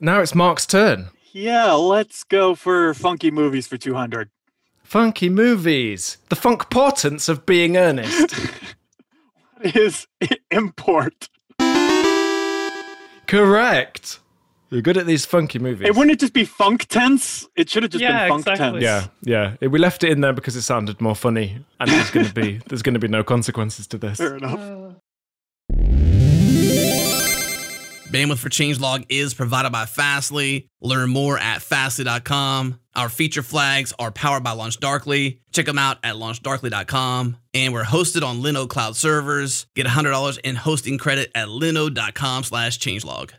now it's Mark's turn. Yeah, let's go for funky movies for 200. Funky movies. The funkportance of being earnest. What is import? Correct. You're good at these funky movies. It wouldn't it just be funk tense? It should have just Yeah, been funk exactly. tense. yeah, yeah. It- we left it in there because it sounded more funny, and there's going to be there's going to be no consequences to this. Fair Oh. enough. Bandwidth for Changelog is provided by Fastly. Learn more at fastly.com. Our feature flags are powered by LaunchDarkly. Check them out at launchdarkly.com. And we're hosted on Lino Cloud servers. Get $100 in hosting credit at lino.com slash changelog.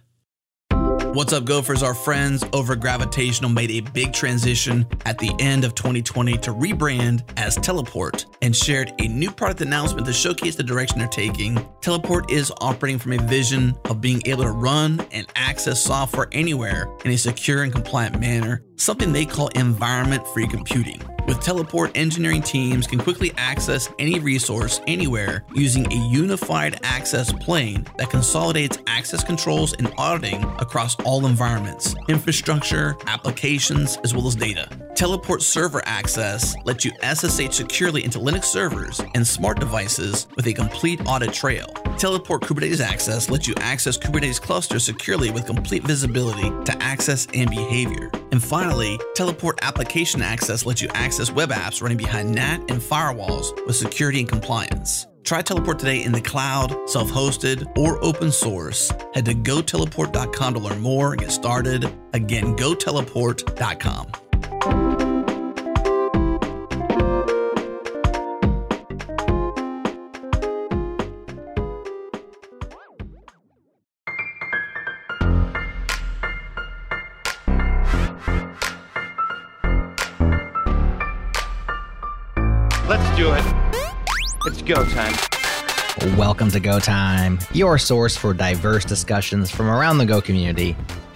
What's up, Gophers? Our friends over at Gravitational made a big transition at the end of 2020 to rebrand as Teleport and shared a new product announcement to showcase the direction they're taking. Teleport is operating from a vision of being able to run and access software anywhere in a secure and compliant manner, something they call environment free computing. With Teleport, engineering teams can quickly access any resource anywhere using a unified access plane that consolidates access controls and auditing across all environments, infrastructure, applications, as well as data. Teleport server access lets you SSH securely into Linux servers and smart devices with a complete audit trail. Teleport Kubernetes Access lets you access Kubernetes clusters securely with complete visibility to access and behavior. And finally, Teleport Application Access lets you access web apps running behind NAT and firewalls with security and compliance. Try Teleport today in the cloud, self hosted, or open source. Head to goteleport.com to learn more and get started. Again, goteleport.com. Let's do it. It's go time. Welcome to Go Time, your source for diverse discussions from around the Go community.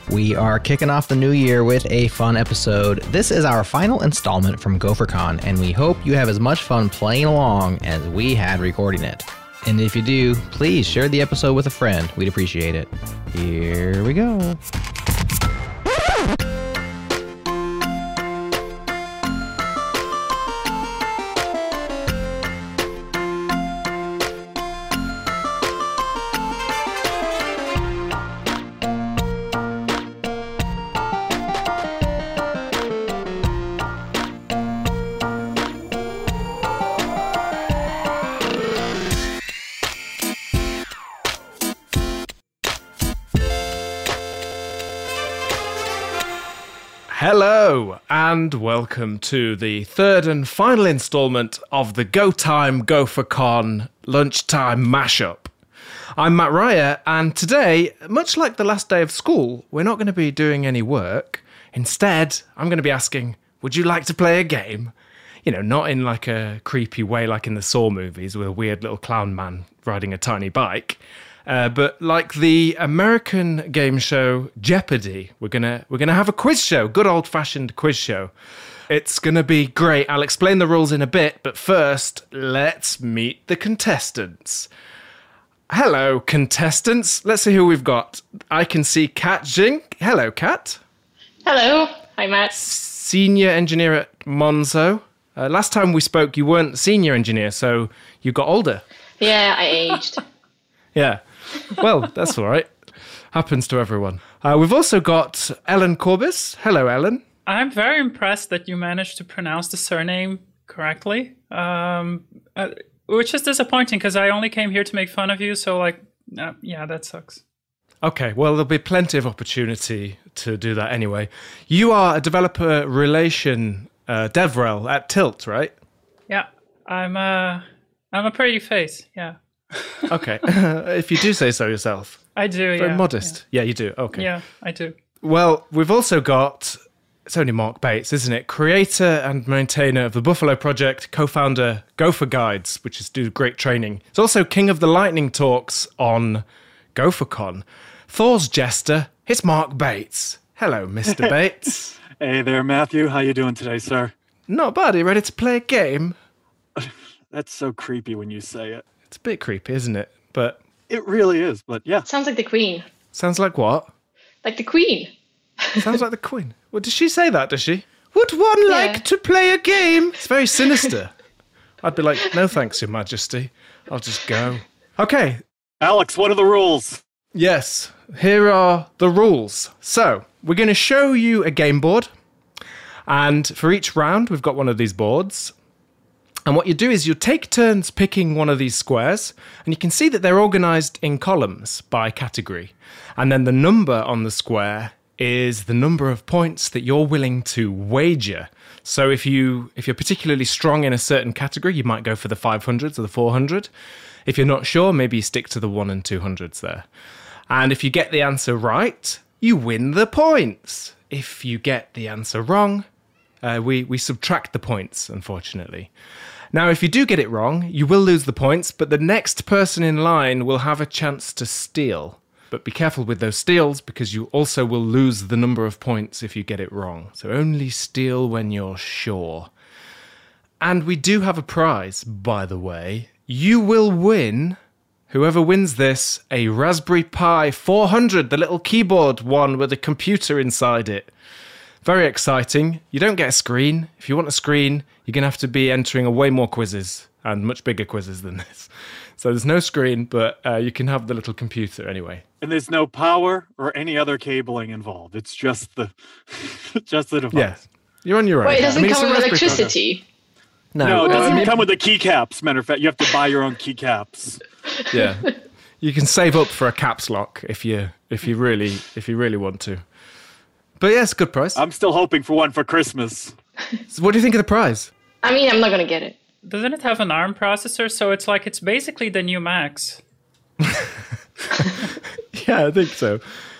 We are kicking off the new year with a fun episode. This is our final installment from GopherCon, and we hope you have as much fun playing along as we had recording it. And if you do, please share the episode with a friend. We'd appreciate it. Here we go. Hello, and welcome to the third and final installment of the Go Time Go for Con lunchtime mashup. I'm Matt Raya, and today, much like the last day of school, we're not going to be doing any work. Instead, I'm going to be asking, Would you like to play a game? You know, not in like a creepy way like in the Saw movies with a weird little clown man riding a tiny bike. Uh, but like the American game show Jeopardy, we're gonna we're gonna have a quiz show, good old fashioned quiz show. It's gonna be great. I'll explain the rules in a bit, but first, let's meet the contestants. Hello, contestants. Let's see who we've got. I can see Kat Jink. Hello, Kat. Hello. Hi, Matt. Senior engineer at Monzo. Uh, last time we spoke, you weren't senior engineer, so you got older. Yeah, I aged. Yeah. Well, that's all right. Happens to everyone. Uh, we've also got Ellen Corbis. Hello, Ellen. I'm very impressed that you managed to pronounce the surname correctly, um, uh, which is disappointing because I only came here to make fun of you. So, like, uh, yeah, that sucks. Okay, well, there'll be plenty of opportunity to do that anyway. You are a developer relation uh, DevRel at Tilt, right? Yeah, I'm a, I'm a pretty face. Yeah, Okay, if you do say so yourself. I do. Very yeah, modest. Yeah. you do. Okay. Yeah, yeah, I do. Well, we've also got it's only Mark Bates, isn't it? Creator and maintainer of the Buffalo Project, co-founder Gopher Guides, which is do great training. It's also king of the lightning talks on GopherCon. Thor's jester, it's Mark Bates. Hello, Mr. Bates. Hey there, Matthew. How you doing today, sir? Not bad. Are you ready to play a game? That's so creepy when you say it. It's a bit creepy, isn't it? But It really is, but yeah. Sounds like the Queen. sounds like what? Like the Queen. Sounds like the Queen. Well, does she say that? Does she? Would one like to play a game? It's very sinister. I'd be like, no thanks, Your Majesty. I'll just go. Okay. Alex, what are the rules? Yes. Here are the rules. So we're going to show you a game board, and for each round we've got one of these boards. And what you do is you take turns picking one of these squares, and you can see that they're organized in columns by category. And then the number on the square is the number of points that you're willing to wager. So if you if you're particularly strong in a certain category, you might go for the 500s or the 400. If you're not sure, maybe you stick to the 1 and 200s there. And if you get the answer right, you win the points. If you get the answer wrong, uh, we, we subtract the points, unfortunately. Now, if you do get it wrong, you will lose the points, but the next person in line will have a chance to steal. But be careful with those steals because you also will lose the number of points if you get it wrong. So only steal when you're sure. And we do have a prize, by the way. You will win, whoever wins this, a Raspberry Pi 400, the little keyboard one with a computer inside it. Very exciting. You don't get a screen. If you want a screen, you're going to have to be entering way more quizzes and much bigger quizzes than this. So there's no screen, but uh, you can have the little computer anyway. And there's no power or any other cabling involved. It's just the just the device. Yes. You're on your own. Wait, it I doesn't mean, it's come a with Raspberry Pi. electricity. No, it doesn't What? come with the keycaps. Matter of fact, you have to buy your own keycaps. yeah you can save up for a caps lock if you if you really if you really want to but yes good price I'm still hoping for one for Christmas. So what do you think of the prize I mean, I'm not gonna get it. Doesn't it have an ARM processor? So it's like it's basically the new Max. yeah i think so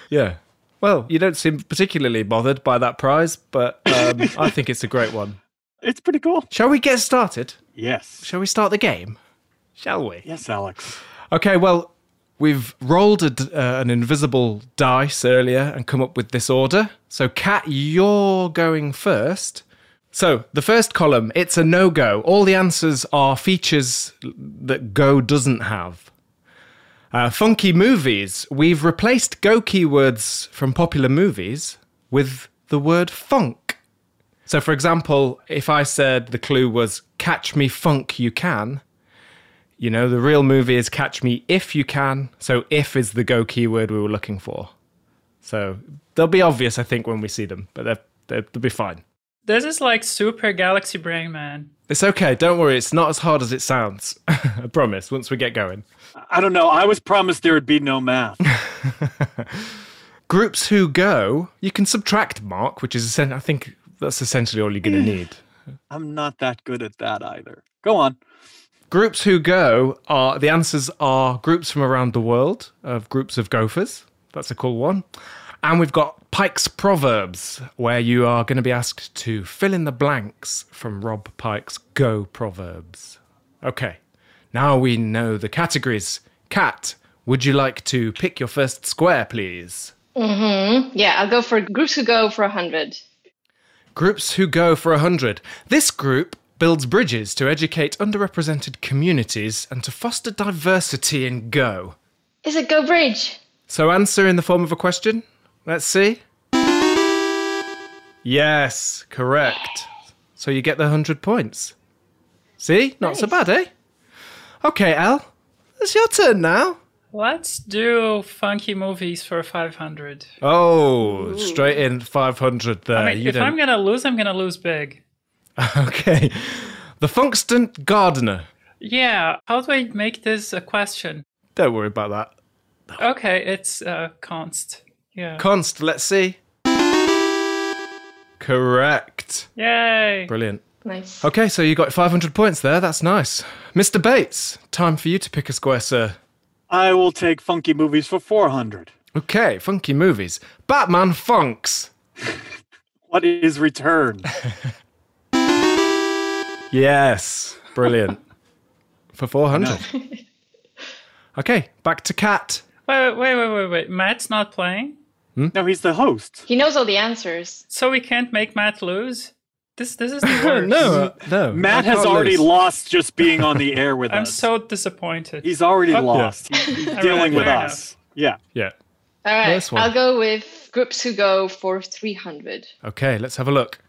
yeah well you don't seem particularly bothered by that prize but um, i think it's a great one It's pretty cool. shall we get started Yes. shall we start the game shall we Yes, Alex. Okay, well, we've rolled a d uh, an invisible dice earlier and come up with this order. So, Kat, you're going first. So, the first column, it's a no go. All the answers are features that Go doesn't have. Uh, funky movies, we've replaced Go keywords from popular movies with the word funk. So, for example, if I said the clue was catch me funk you can, you know, the real movie is Catch Me If You Can. So, if is the go keyword we were looking for. So, they'll be obvious, I think, when we see them, but they're, they're, they'll be fine. This is like super galaxy brain, man. It's okay. Don't worry. It's not as hard as it sounds. I promise, once we get going. I don't know. I was promised there would be no math. Groups who go, you can subtract mark, which is, essen- I think, that's essentially all you're going to need. I'm not that good at that either. Go on. Groups who go are the answers are groups from around the world of groups of gophers. That's a cool one. And we've got Pike's Proverbs, where you are going to be asked to fill in the blanks from Rob Pike's Go Proverbs. Okay, now we know the categories. Cat, would you like to pick your first square, please? Yeah, I'll go for groups who go for 100. Groups who go for 100. This group builds bridges to educate underrepresented communities and to foster diversity in Go. Is it Go Bridge? So answer in the form of a question. Let's see. Yes, correct. So you get the 100 points. See? Not so bad, eh? Okay, Al. It's your turn now. Let's do funky movies for 500. Oh, straight in 500 there. I mean, you if I'm don't... gonna lose, I'm gonna lose big. okay. The Funkston Gardener. Yeah, how do I make this a question? Don't worry about that. Okay, it's uh, const. Yeah. Const, let's see. Correct. Yay! Brilliant. Nice. Okay, so you got 500 points there. That's nice. Mr. Bates, time for you to pick a square, sir. I will take funky movies for 400. Okay, funky movies. Batman Funks. What is return? Yes. Brilliant. For 400. okay, back to Cat. Wait, wait, wait, wait, wait. Matt's not playing, no, he's the host. He knows all the answers. so we can't make Matt lose. This, this is the worst. no. Matt I has can't already lose. lost just being on the air with I'm us. so disappointed. he's already lost. He's, he's dealing with fair us. Yeah. Yeah. All right. Nice one. I'll go with groups who go for 300. Okay, let's have a look.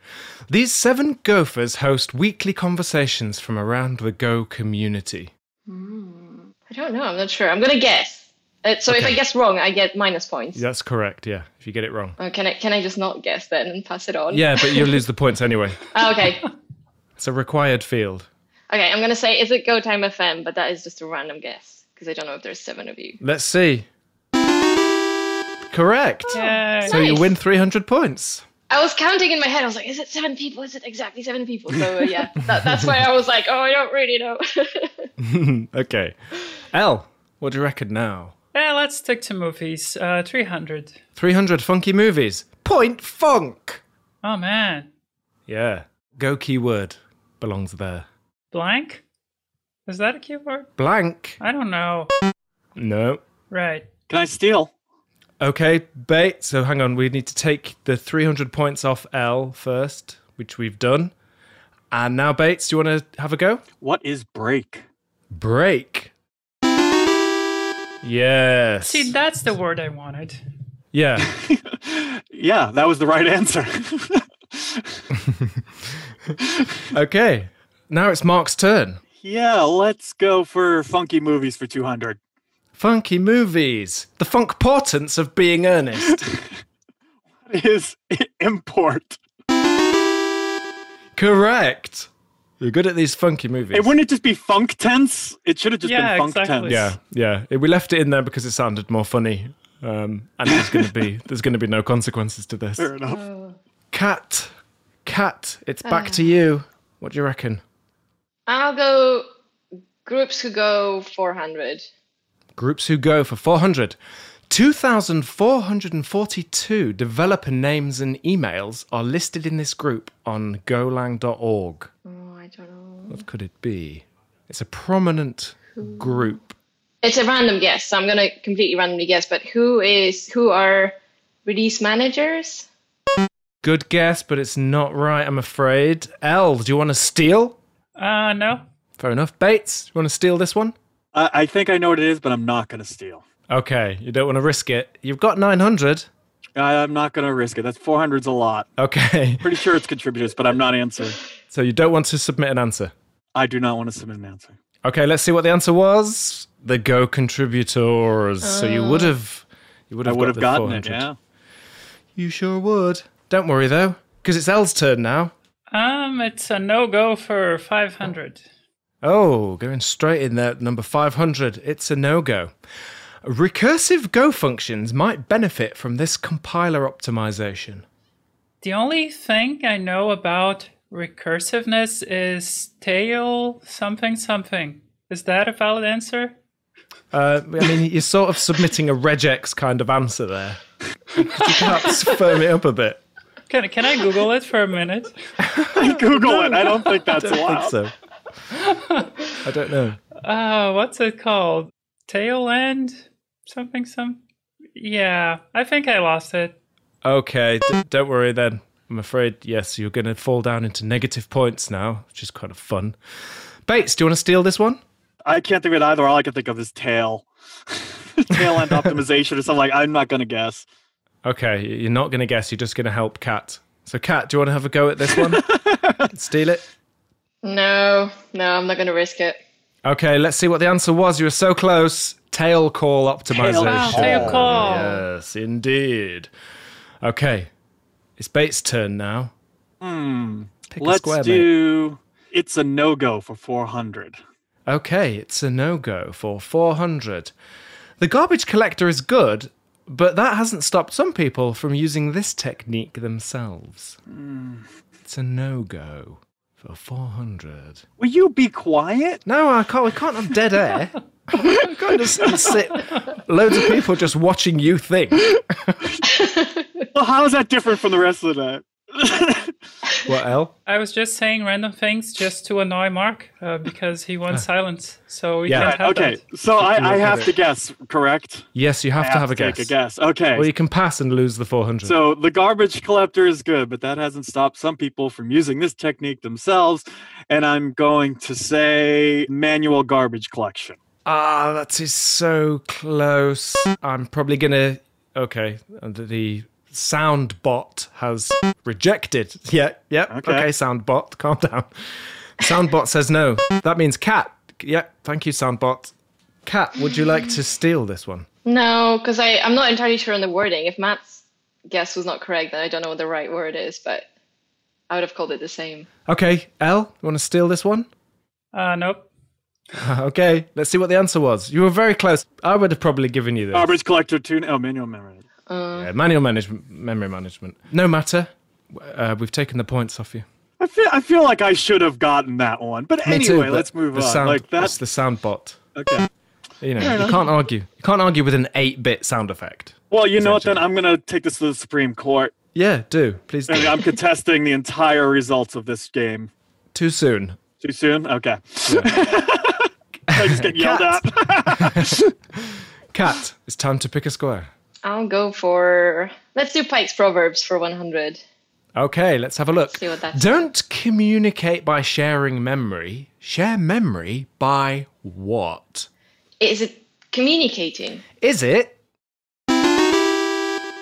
These seven gophers host weekly conversations from around the Go community. I don't know. I'm not sure. I'm going to guess. Uh, so if I guess wrong, I get minus points. That's correct, yeah, if you get it wrong. Uh, can I can I just not guess then and pass it on? Yeah, but you'll lose the points anyway. Ah, okay. It's a required field. Okay. I'm going to say is it Go Time FM, but that is just a random guess because I don't know if there's seven of you. Let's see. Correct. Yay. So you Nice. win 300 points. I was counting in my head. I was like, is it seven people? Is it exactly seven people? So uh, yeah, that, that's why I was like, oh, I don't really know. Okay. L, what do you reckon now? Yeah, let's stick to movies. Uh, 300. 300 funky movies. Point funk. Oh, man. Yeah. Go keyword belongs there. Blank? Is that a keyword? Blank. I don't know. No. Right. Can I steal? Okay, bait. So hang on, we need to take the 300 points off L first, which we've done. And now, Bates, do you want to have a go? What is break? Break. Yes. See, that's the word I wanted. yeah. Yeah, that was the right answer. Okay. Now it's Mark's turn. yeah, let's go for funky movies for 200. Funky movies. The funk portents of being earnest. What is import? Correct. You're good at these funky movies. And wouldn't it just be funk tense? It should have just Yeah, been funk exactly. tense. Yeah, yeah. It- we left it in there because it sounded more funny. Um, and there's going to be there's going to be no consequences to this. Fair enough. Cat, cat, it's back to you. What do you reckon? I'll go groups who go 400. Groups who go for 400. 2,442 developer names and emails are listed in this group on golang.org. Oh, I don't know. What could it be? It's a prominent group. It's a random guess, so I'm going to completely randomly guess. But who is who are release managers? Good guess, but it's not right, I'm afraid. L, do you want to steal? Uh, no. Fair enough. Bates, do you want to steal this one? I, I think I know what it is, but I'm not going to steal. Okay, you don't want to risk it. You've got 900. I, I'm not going to risk it. That's 400's a lot. Okay, Pretty sure it's contributors, but I'm not answering. so you don't want to submit an answer. I do not want to submit an answer. Okay, let's see what the answer was. The Go contributors. so you would have, you would I have, would have got gotten the it. 400. Yeah. You sure would. Don't worry though, because it's Elle's turn now. Um, it's a no go for 500. Oh, going straight in there at number 500. It's a no go. Recursive Go functions might benefit from this compiler optimization. The only thing I know about recursiveness is tail something something. Is that a valid answer? Uh, I mean, you're sort of submitting a regex kind of answer there. Could you perhaps firm it up a bit? Can, can I Google it for a minute? Google it. I don't think that's I allowed. think so. I don't know. Uh, what's it called? Tail end something some. Yeah, I think I lost it. Okay, d- don't worry then. I'm afraid, yes, you're going to fall down into negative points now, which is kind of fun. Bates, do you want to steal this one? I can't think of it either. All I can think of is tail, tail end optimization or something. Like I'm not going to guess. Okay, y- you're not going to guess. You're just going to help Kat. So, Kat, do you want to have a go at this one? steal it? No, no, I'm not going to risk it. Okay, let's see what the answer was. You were so close. Tail call optimization. call. Tail call. Oh, Yes, indeed. Okay, it's Bates' turn now. Pick a Let's square, mate. do. It's a no go for 400. Okay, it's a no go for 400. The garbage collector is good, but that hasn't stopped some people from using this technique themselves. Hmm. It's a no go for 400. Will you be quiet? No, I can't, we can't have dead air. I can't just sit loads of people just watching you think. Well, how is that different from the rest of the night? What, L? I was just saying random things just to annoy Mark uh, because he wants silence, so we Yeah. can't have okay, that. so I, I have to guess, correct? Yes, you have, I to have a take guess. a guess. Okay. Or you can pass and lose the 400. So the garbage collector is good, but that hasn't stopped some people from using this technique themselves. And I'm going to say manual garbage collection. Ah, that is so close. I'm probably going to Okay. And the sound bot has rejected. Yeah. Yeah. Okay. Okay. sound bot, calm down. Sound bot says no. That means cat. Yeah. Thank you, sound bot. Cat, would you like to steal this one? No, because I'm not entirely sure on the wording. If Matt's guess was not correct, then I don't know what the right word is, but I would have called it the same. Okay. L, you want to steal this one? Uh, nope. Okay. Let's see what the answer was. You were very close. I would have probably given you this. Garbage collector tune. Oh, manual memory. Yeah, manual management, memory management. No matter. Uh, we've taken the points off you. I feel, I feel like I should have gotten that one. But Me anyway, too, but let's move the on. Sound, like It's that's the sound bot. okay. You know, you can't argue. You can't argue with an eight-bit sound effect. Well, you know what? Then I'm gonna take this to the Supreme Court. Yeah, do please. I mean, Do. I'm contesting the entire results of this game. Too soon. Too soon? Okay. I just get yelled Cat. at. Cat, it's time to pick a square. I'll go for. Let's do Pike's Proverbs for 100. Okay, let's have a look. See what that's- Don't communicate by sharing memory. Share memory by what? Is it communicating? Is it?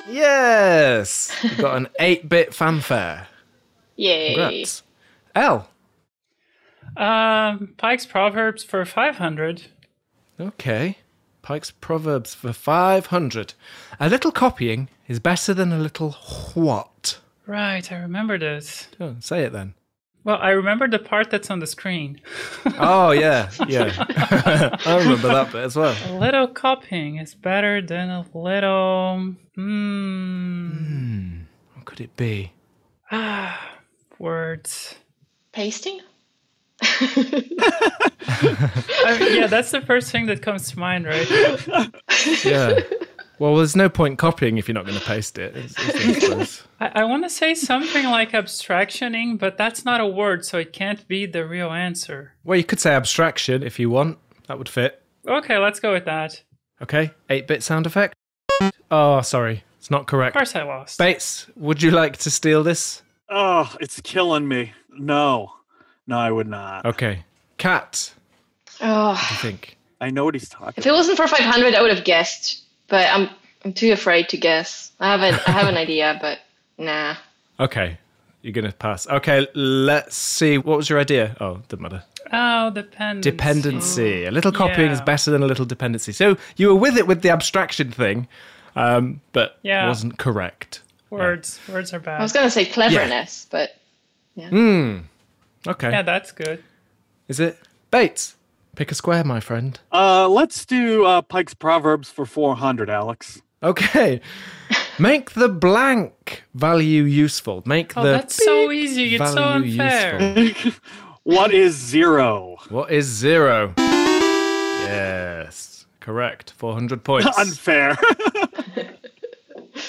Yes, you got an eight-bit fanfare. Yay. Congrats. L. Um, Pike's Proverbs for 500. Okay. Pike's Proverbs for 500. A little copying is better than a little what? Right, I remember this. Oh, say it then. Well, I remember the part that's on the screen. Oh, yeah. Yeah. I remember that bit as well. A little copying is better than a little. Hmm. What could it be? Hmm. Words. Pasting? I mean, yeah, that's the first thing that comes to mind, right? Yeah. Well, there's no point copying if you're not going to paste it. It's- it's- it's- I, I want to say something like abstractioning, but that's not a word, so it can't be the real answer. well, you could say abstraction if you want. That would fit. Okay, let's go with that. Okay. 8 bit sound effect. Oh, sorry. It's not Of correct. course, I lost. Bates, would you like to steal this? Oh, it's killing me. No. No, I would not. Okay. Cat, Oh, I think. I know what he's talking if it wasn't for 500, I would have guessed, but I'm I'm too afraid to guess. I haven't I have an idea, but nah. Okay. You're going to pass. Okay, let's see. What was your idea? Oh, doesn't matter. Oh, depends. Dependency. A little copying Oh, Yeah. is better than a little dependency. So you were with it with the abstraction thing, um, but Yeah. wasn't correct. Words. Words are bad. I was going to say cleverness, but Okay. yeah, that's good. Is it? Bates, pick a square, my friend. Uh let's do uh Pike's Proverbs for four hundred, Alex. Okay. Make the blank value useful. Make Oh, the that's so easy. It's so value unfair. useful. What is zero? What is zero? Yes. Correct. 400 points. Unfair.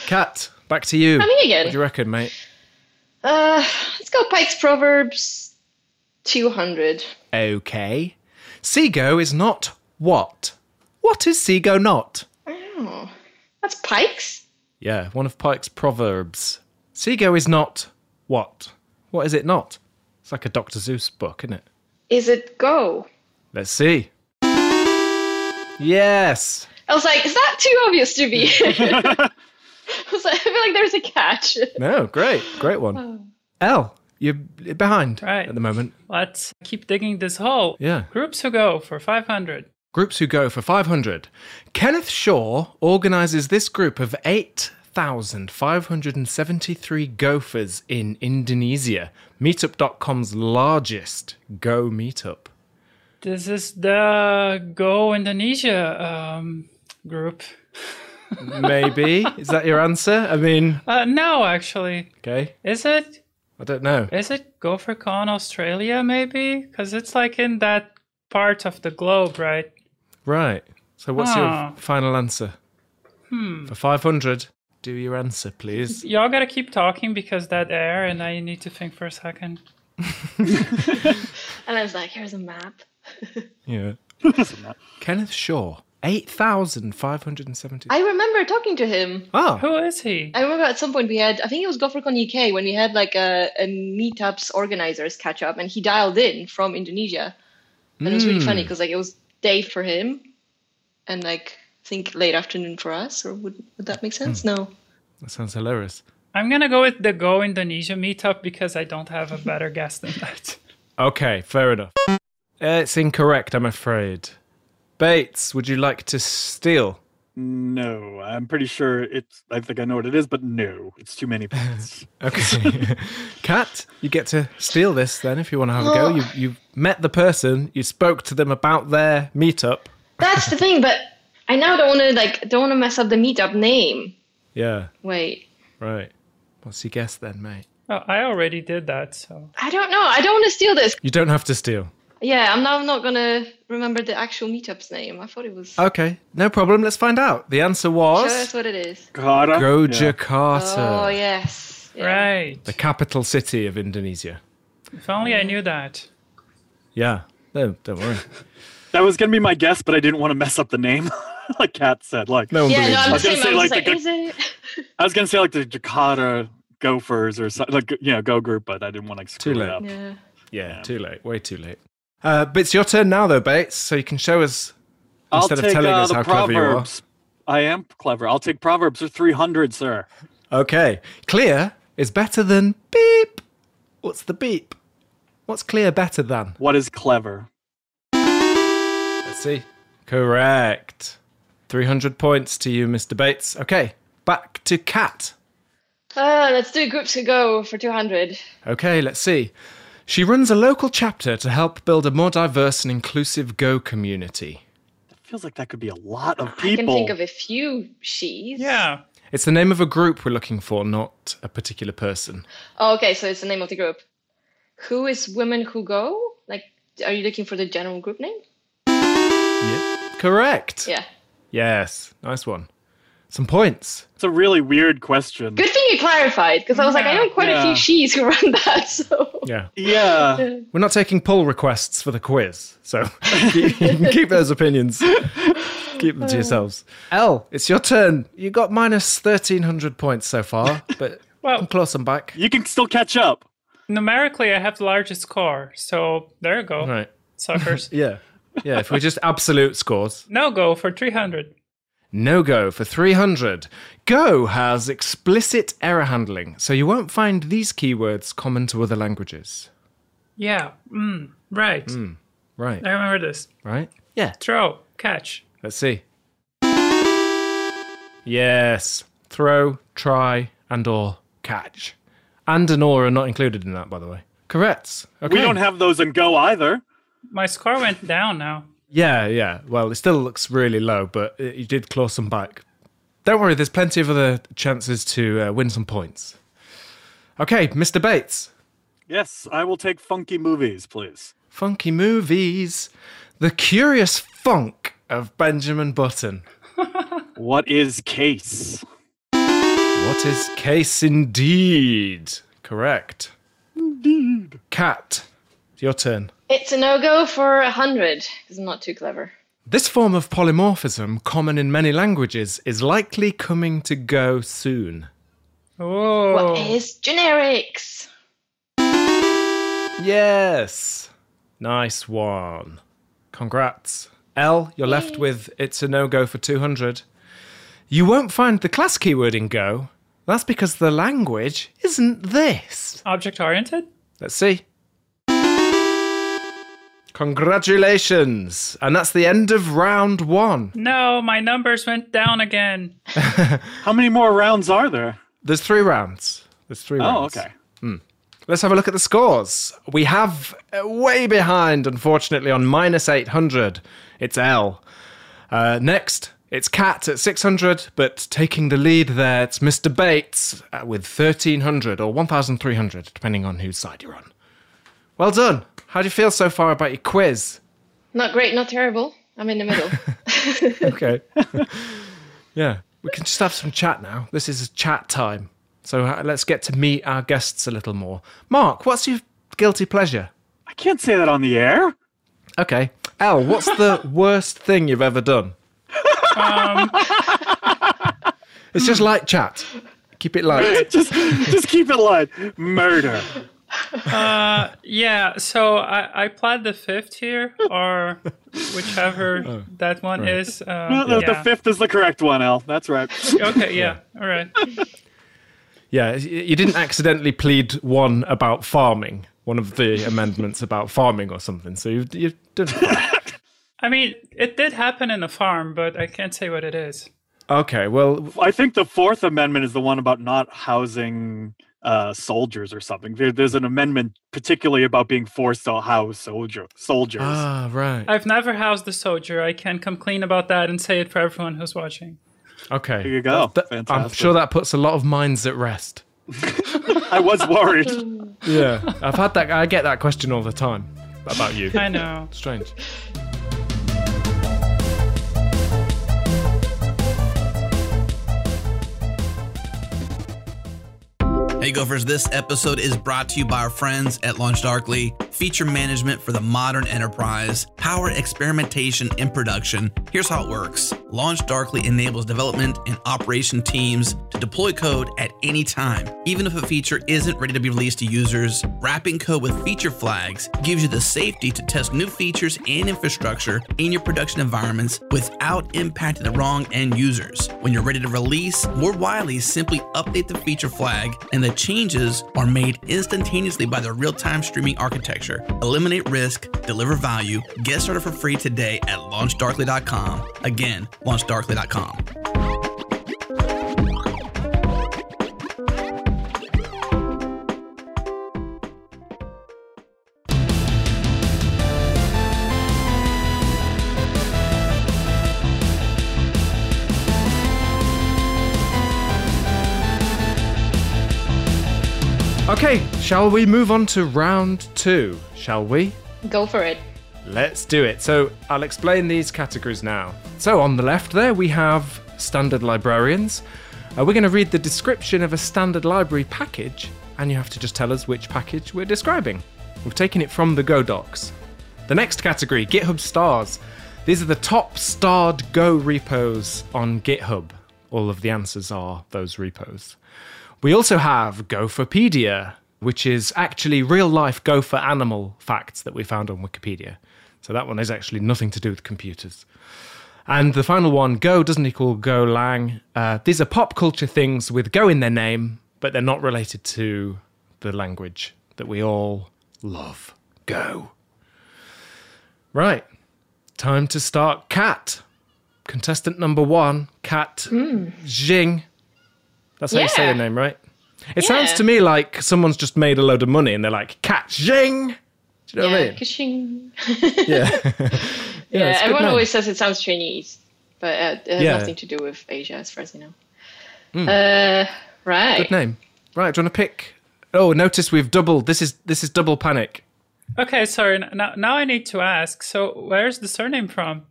Cat, back to you. me again. What do you reckon, mate? uh, let's go Pike's Proverbs 200. Okay. Seago is not what? What is Seago not? Oh, that's Pike's? Yeah, one of Pike's proverbs. Seago is not what? What is it not? It's like a Dr. Zeus book, isn't it? Is it go? Let's see. Yes. I was like, is that too obvious to be? I was like, I feel like there's a catch. No, great. Great one. L, you're behind Right. at the moment. Let's keep digging this hole. Yeah. Groups who go for 500. Groups who go for 500. Kenneth Shaw organises this group of 8,573 gophers in Indonesia, meetup.com's largest go meetup. This is the Go Indonesia um, group. Maybe. Is that your answer? I mean, Uh, no, actually. okay. Is it? I don't know. Is it Go for Con Australia, maybe? Because it's like in that part of the globe, right? Right. So, what's Ah. your final answer? Hmm. For 500, do your answer, please. Y'all gotta keep talking because that air, and I need to think for a second. And I was like, here's a map. Yeah. Kenneth Shaw, 8,570. I remember talking to him. Ah, Who is he? I remember at some point we had, I think it was GopherCon UK, when we had like a, a meetups organizers catch up, and he dialed in from Indonesia, and it was really funny because like it was day for him, and like think late afternoon for us, or would would that make sense? No. That sounds hilarious. I'm gonna go with the Go Indonesia meetup because I don't have a better guess than that. Okay, fair enough. Eh, It's incorrect, I'm afraid. Bates, would you like to steal? No, I'm pretty sure it's. I think I know what it is, but no, it's too many points. Okay. Kat, you get to steal this then if you want to have a go. Oh. You, you met the person, you spoke to them about their meetup. That's the thing, but I now don't want to like don't want to mess up the meetup name. Yeah, Wait, right. What's your guess then, mate? Oh, I already did that, so I don't know. I don't want to steal this. You don't have to steal. Yeah, I'm now not gonna remember the actual meetup's name. I thought it was. Okay, no problem. Let's find out. The answer Sure, was that's what it is. Kara? Go Yeah. Jakarta, Oh yes. Yeah. right. the capital city of Indonesia. If only I knew that. Yeah, no, don't worry. That was gonna be my guess, but I didn't want to mess up the name, like Kat said. Like No one Yeah, no, believes you. was gonna I'm the same. say, I'm just like, like, the is it? I was gonna say like the Jakarta Gophers or so, like you know Go Group, but I didn't want to screw late. it up. Yeah. Yeah, too late. Way too late. Uh, but it's your turn now, though, Bates. So you can show us I'll instead of take telling uh, us the how clever proverbs. you are. I am clever. I'll take proverbs. They're three hundred, sir. Okay, clear is better than beep. What's the beep? What's clear better than? What is clever? Let's see. Correct. Three hundred points to you, Mr. Bates. Okay, back to Cat. Uh, let's do groups to go for 200. Okay, let's see. She runs a local chapter to help build a more diverse and inclusive Go community. Feels like that could be a lot of I can people. think of a few she's. Yeah. It's the name of a group we're looking for, not a particular person. Oh, okay, so it's the name of the group. Who is Women Who Go? Like, are you looking for the general group name? Correct. Yeah. Yes, nice one. Some points. It's a really weird question. Good thing you clarified, because I was like, I know quite a Yeah. few she's who run that, so. Yeah. Yeah, We're not taking poll requests for the quiz, so you can keep those opinions. Keep them to yourselves. L, it's your turn. You got minus 1,300 points so far, but Well- I'm close and back. you can still catch up. Numerically, I have the largest score, so there you go, Right. suckers. Yeah. Yeah, if we just absolute scores. No go for 300. No go for 300. Go has explicit error handling, so you won't find these keywords common to other languages. Yeah. Mm, right. Right, I remember this. right? Yeah. Throw, catch. Let's see. Yes. Throw, try, and or catch. And and or are not included in that, by the way. Correct. Okay. We don't have those in Go either. My score went down now. Yeah, yeah. Well, it still looks really low, but uh, you did claw some back. Don't worry, there's plenty of other chances to uh, win some points. Okay, Mr. Bates. Yes, I will take funky movies, please. Funky movies. The curious funk of Benjamin Button. What is case? What is case indeed? Correct. Indeed. Cat, it's your turn. It's a no go for 100, because I'm not too clever. This form of polymorphism, common in many languages, is likely coming to go soon. Oh. What is generics? Yes. Nice one. Congrats. L, you're left with it's a no go for 200. You won't find the class keyword in Go. That's because the language isn't this. Object oriented? Let's see. Congratulations! And that's the end of round one. No, my numbers went down again. How many more rounds are there? There's three rounds. There's three Oh, rounds. okay. Let's have a look at the scores. We have uh, way behind, unfortunately, on minus 800. It's L. Uh, next, it's Cat at 600, but taking the lead there, it's Mr. Bates uh, with 1300 or 1300, depending on whose side you're on. Well done. How do you feel so far about your quiz? Not great, not terrible. I'm in the middle. okay. yeah, we can just have some chat now. This is chat time. So uh, let's get to meet our guests a little more. Mark, what's your guilty pleasure? I can't say that on the air. Okay. Al, what's the worst thing you've ever done? Um, It's just light chat. Keep it light. Just, just keep it light. Murder. Uh, yeah, so I, I pled the fifth here, or whichever that one is. Uh, No, no, The yeah. fifth is the correct one, Al. That's right. Okay, yeah, all right. Yeah, y- you didn't accidentally plead one about farming, one of the amendments about farming or something. So you've, you've done. I mean, it did happen in a farm, but I can't say what it is. Okay, well, I think the Fourth Amendment is the one about not housing uh, soldiers or something. There, there's an amendment particularly about being forced to house soldier, soldiers. ah, right. I've never housed a soldier. I can come clean about that and say it for everyone who's watching. Okay. There you go. That- I'm Fantastic. sure that puts a lot of minds at rest. I was worried. Yeah, I've had that. I get that question all the time about you. I know. Strange. Hey Gophers, this episode is brought to you by our friends at Launch Darkly, feature management for the modern enterprise, power experimentation and production. Here's how it works Launch Darkly enables development and operation teams to deploy code at any time, even if a feature isn't ready to be released to users. Wrapping code with feature flags gives you the safety to test new features and infrastructure in your production environments without impacting the wrong end users. When you're ready to release, more widely simply update the feature flag, and the changes are made instantaneously by the real time streaming architecture. Eliminate risk, deliver value. Get started for free today at launchdarkly.com. Again, launchdarkly.com. Okay, shall we move on to round two? Shall we? Go for it. Let's do it. So I'll explain these categories now. So on the left there, we have standard librarians. Uh, we're going to read the description of a standard library package, and you have to just tell us which package we're describing. We've taken it from the Go docs. The next category GitHub stars. These are the top starred Go repos on GitHub. All of the answers are those repos. We also have Gopherpedia, which is actually real life gopher animal facts that we found on Wikipedia. So that one is actually nothing to do with computers. And the final one, Go doesn't equal Go Lang. Uh, these are pop culture things with Go in their name, but they're not related to the language that we all love. Go. Right. Time to start Cat. Contestant number one, Cat Jing. That's how you say Yeah. her name, right? It sounds Yeah. to me like someone's just made a load of money and they're like, Cat Jing. Do you know what I Yeah, mean? ka-ching. Yeah. yeah, Yeah, it's a good Uh, everyone name. always says it sounds Chinese, but uh, it has Yeah. Hmm. nothing to do with Asia, as far as I know. Uh, right. Good name. Right, do you want to pick? Oh, notice we've doubled. This is this is double panic. Okay, sorry. n- Now, now I need to ask. So, where's the surname from?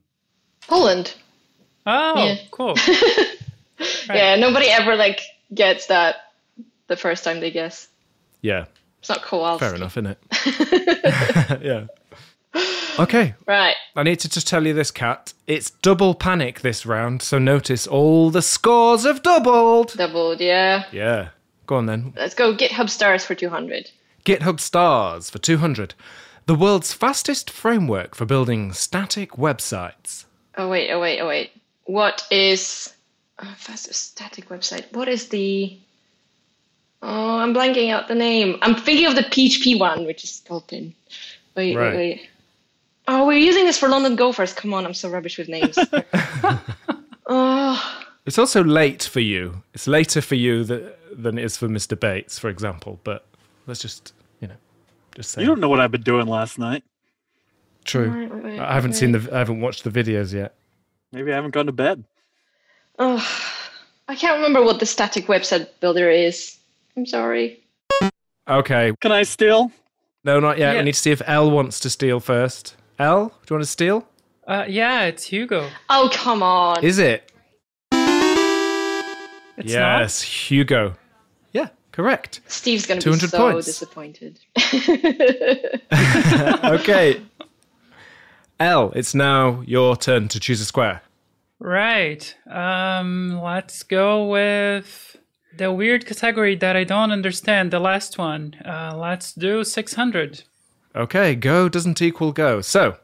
Poland. Oh, Yeah. cool. Yeah, nobody ever like gets that the first time they guess. Yeah, It's not Kowalski. fair enough, isn't it? yeah. Okay, Right. I need to just tell you this, Cat. It's double panic this round, so notice all the scores have doubled. Doubled. Yeah. Yeah. Go on then. Let's go GitHub stars for 200. GitHub stars for 200. The world's fastest framework for building static websites. Oh wait, oh wait, oh wait. What is oh, fastest static website? What is the Oh, I'm blanking out the name. I'm thinking of the PHP one, which is Sculpin. Wait, Right. wait, wait. Oh, we're using this for London Gophers. Come on, I'm so rubbish with names. oh, It's also late for you. It's later for you th- than it is for Mr. Bates, for example. But let's just, you know, just say You don't know what I've been doing last night. true. wait, wait, wait. I haven't seen the, I haven't watched the videos yet. Maybe I haven't gone to bed. Oh, I can't remember what the static website builder is. I'm sorry. Okay, Can I steal? no, not yet. Yeah. We need to see if L wants to steal first. L, do you want to steal? Uh, yeah, it's Hugo. Oh, come on. Is it? It's yes, Hugo. Yeah, correct. Steve's going to be 200 so points. disappointed. Okay. L, it's now your turn to choose a square. not right. Um, let's go with The weird category that I don't understand, the last one. Uh, let's do 600. Okay, go doesn't equal go. So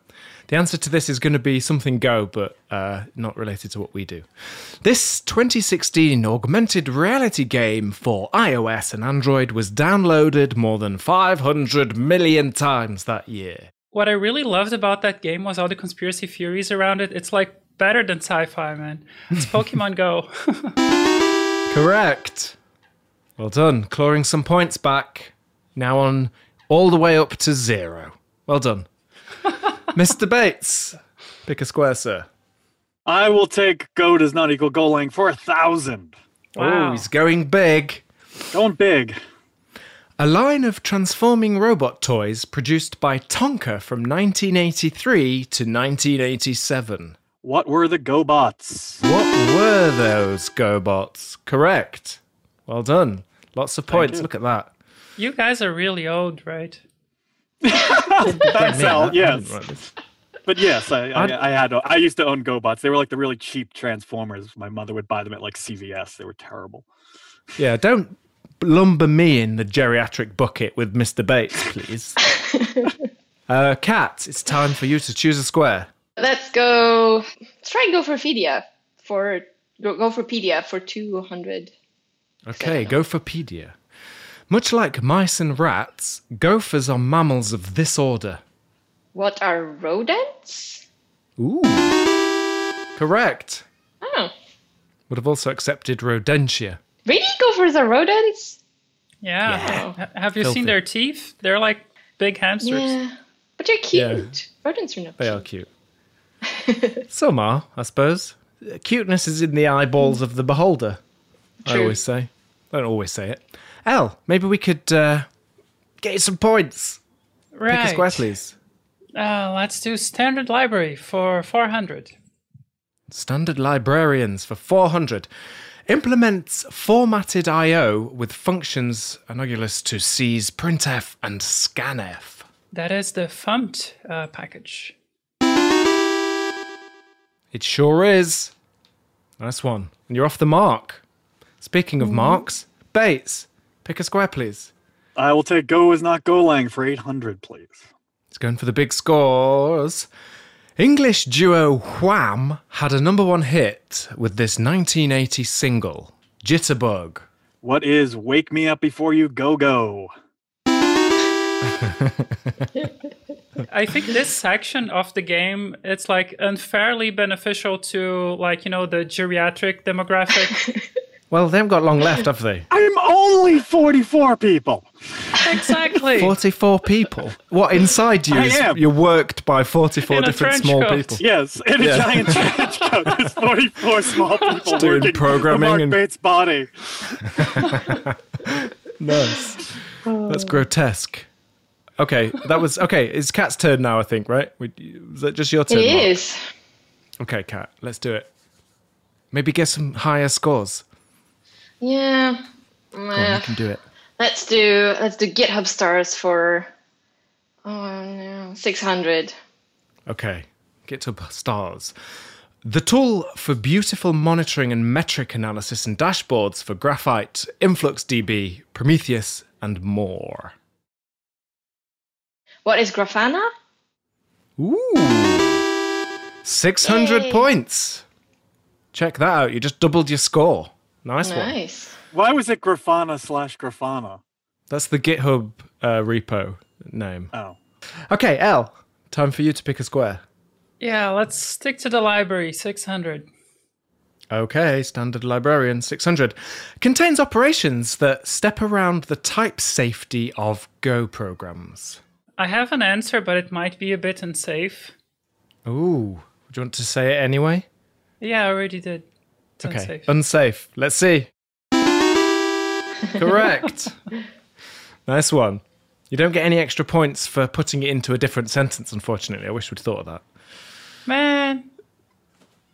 the answer to this is going to be something go, but uh, not related to what we do. This 2016 augmented reality game for iOS and Android was downloaded more than 500 million times that year. What I really loved about that game was all the conspiracy theories around it. It's like better than sci fi, man. It's Pokemon Go. Correct. Well done. Clawing some points back. Now on all the way up to zero. Well done. Mr. Bates, pick a square, sir. I will take go does not equal golang for a thousand. Wow. Oh, he's going big. Going big. A line of transforming robot toys produced by Tonka from 1983 to 1987. What were the GoBots? What were those GoBots? Correct. Well done. Lots of points. Look at that. you guys are really old, right? Thanks, Al. Oh, Yes, Right, this- but yes, I, I, I had. I used to own GoBots. They were like the really cheap Transformers. My mother would buy them at like CVS. They were terrible. Yeah, don't lumber me in the geriatric bucket with Mr. Bates, please. uh, Kat, it's time for you to choose a square. Let's go. Let's try and go for Pedia for go, go for Pedia for two hundred. Okay, Gopherpedia. Much like mice and rats, gophers are mammals of this order. What are rodents? Ooh. Correct. Oh, Would have also accepted rodentia. really? Gophers are rodents? Yeah. H- Have you Filthy. seen their teeth? They're like big hamsters. Yeah, but they're cute. Rodents are not. They cute. are cute. Some are, I suppose. Cuteness is in the eyeballs of the beholder. I True. always say. I don't always say it. L, maybe we could uh, get you some points. Pick Right. a square, please. Uh, let's do standard library for 400. Standard librarians for 400. Implements formatted I/O with functions analogous to C's printf and scanf. That is the thumped uh, package. It sure is. Nice one. And you're off the mark. Speaking of marks, Bates, pick a square, please. I will take go is not golang for eight hundred, please. It's going for the big scores. English duo Wham had a number one hit with this 1980 single, Jitterbug. What is wake me up before you go go? I think this section of the game it's like unfairly beneficial to like you know the geriatric demographic. Well, they haven't got long left, have they? I'm only forty-four people. exactly. 44 people. What inside you I is am. you're worked by 44 In a different trench small coat. people. Yes, in a giant trench coat. There's 44 small people Doing working programming the Mark and- Bates body. Nice. That's grotesque. Okay, that was okay. It's Cat's turn now, I think, right? We- Is that just your turn? It Mark? is. Okay, Cat, let's do it. Maybe get some higher scores. Yeah. Go on, Yeah. you can do it. Let's do let's do GitHub stars for oh no six hundred. Okay, GitHub stars. The tool for beautiful monitoring and metric analysis and dashboards for Graphite, InfluxDB, Prometheus, and more. What is Grafana? Ooh. 600 Yay. points. Check that out. You just doubled your score. Nice, one. Nice. Why was it Grafana slash Grafana? That's the GitHub uh, repo name. Oh. Okay, L. Time for you to pick a square. yeah, let's stick to the library. Six hundred. Okay, standard librarian 600. Contains operations that step around the type safety of Go programs. I have an answer, but it might be a bit unsafe. Ooh. Do you want to say it anyway? Yeah, I already did. It's Okay. unsafe. Unsafe. Let's see. Correct. nice one. You don't get any extra points for putting it into a different sentence, unfortunately. I wish we'd thought of that. Man,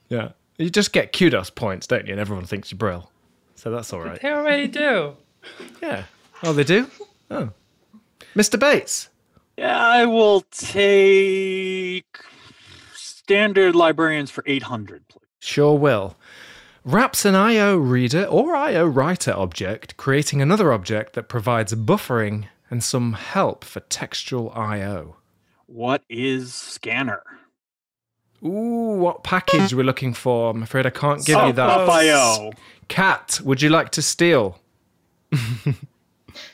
Yeah. You just get kudos points, don't you? And everyone thinks you're brill. So that's all right. they already do. Yeah. Oh, they do? Oh. Mr. Bates. Yeah, I will take standard librarians for 800, please. Sure will. wraps an IO reader or IO writer object, creating another object that provides buffering and some help for textual IO. What is scanner? Ooh, what package we're looking for? I'm afraid I can't give you Up, that. up, IO. Cat, would you like to steal?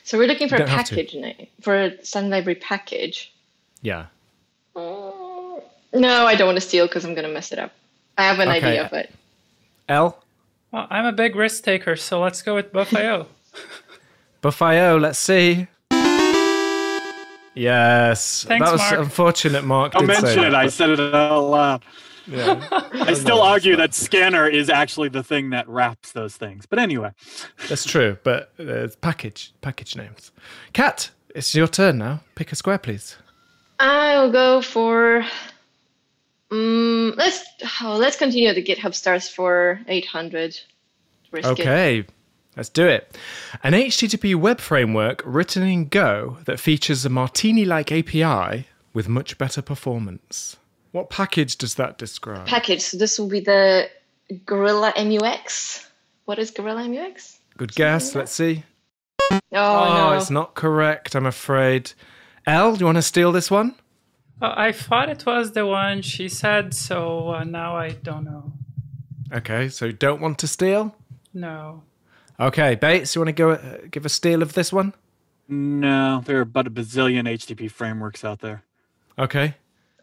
So we're looking for a Don't have to. package name for a Sun Library package. Yeah. Mm, No, I don't want to steal because I'm going to mess it up. I have an Okay. idea, but L, Well, I'm a big risk taker, so let's go with Buffalo. Buff.io, let's see. Yes. Thanks, that was Mark. unfortunate, Mark. I'll did say mention that, it. I said it out loud. but- yeah. I still argue that scanner is actually the thing that wraps those things. But anyway, That's true, but uh, it's package package names. Cat, it's your turn now. Pick a square, please. I'll go for. Um, let's oh, let's continue the GitHub stars for 800. Risk it. Okay, let's do it. An HTTP web framework written in Go that features a martini like API with much better performance. What package does that describe? Package. So this will be the Gorilla MUX. What is Gorilla MUX? Good guess. Let's see. Oh, Oh, no. it's not correct, I'm afraid. L, do you want to steal this one? Uh, I thought it was the one she said, so uh, now I don't know. Okay, so you don't want to steal? No. Okay, Bates, you want to go uh, give a steal of this one? no, there are but a bazillion HTTP frameworks out there. Okay.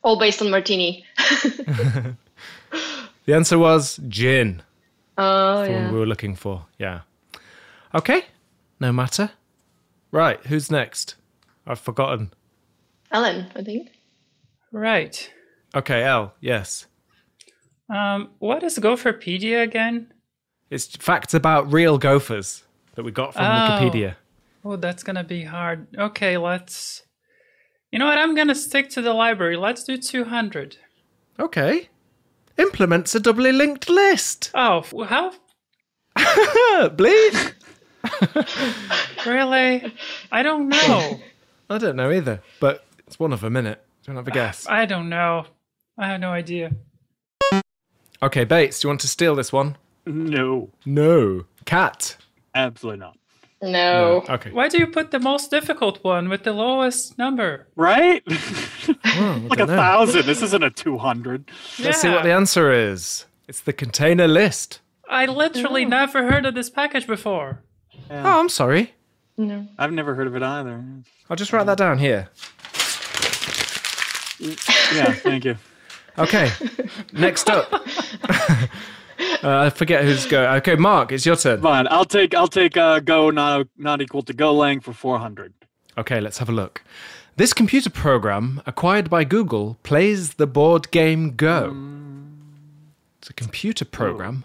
All based on Martini. The answer was gin. oh The one yeah. we were looking for. Yeah. Okay. No matter. Right. Who's next? I've forgotten. Ellen, I think. Right. Okay, L. Yes. Um, what is Gopherpedia again? It's facts about real gophers that we got from Oh. Wikipedia. Oh, that's gonna be hard. Okay, let's. You know what? I'm gonna stick to the library. Let's do 200. Okay. Implements a doubly linked list. Oh, f- how? Bleed. Really? I don't know. I don't know either, but it's one of them, innit? Don't have a guess. I don't know. I have no idea. Okay, Bates, do you want to steal this one? No, No. Cat. absolutely not. No. Okay. Why do you put the most difficult one with the lowest number? Right? Oh, I like a don't know. thousand. This isn't a 200. Let's see what the answer is. It's the container list. I literally never heard of this package before. Oh, I'm sorry. No. I've never heard of it either. I'll just write that down here. Yeah, thank you. Okay. Next up. uh, I forget who's go. Okay, Mark, it's your turn. Fine. I'll take I'll take uh, go not not equal to golang for 400. Okay, let's have a look. This computer program acquired by Google plays the board game Go. It's a computer program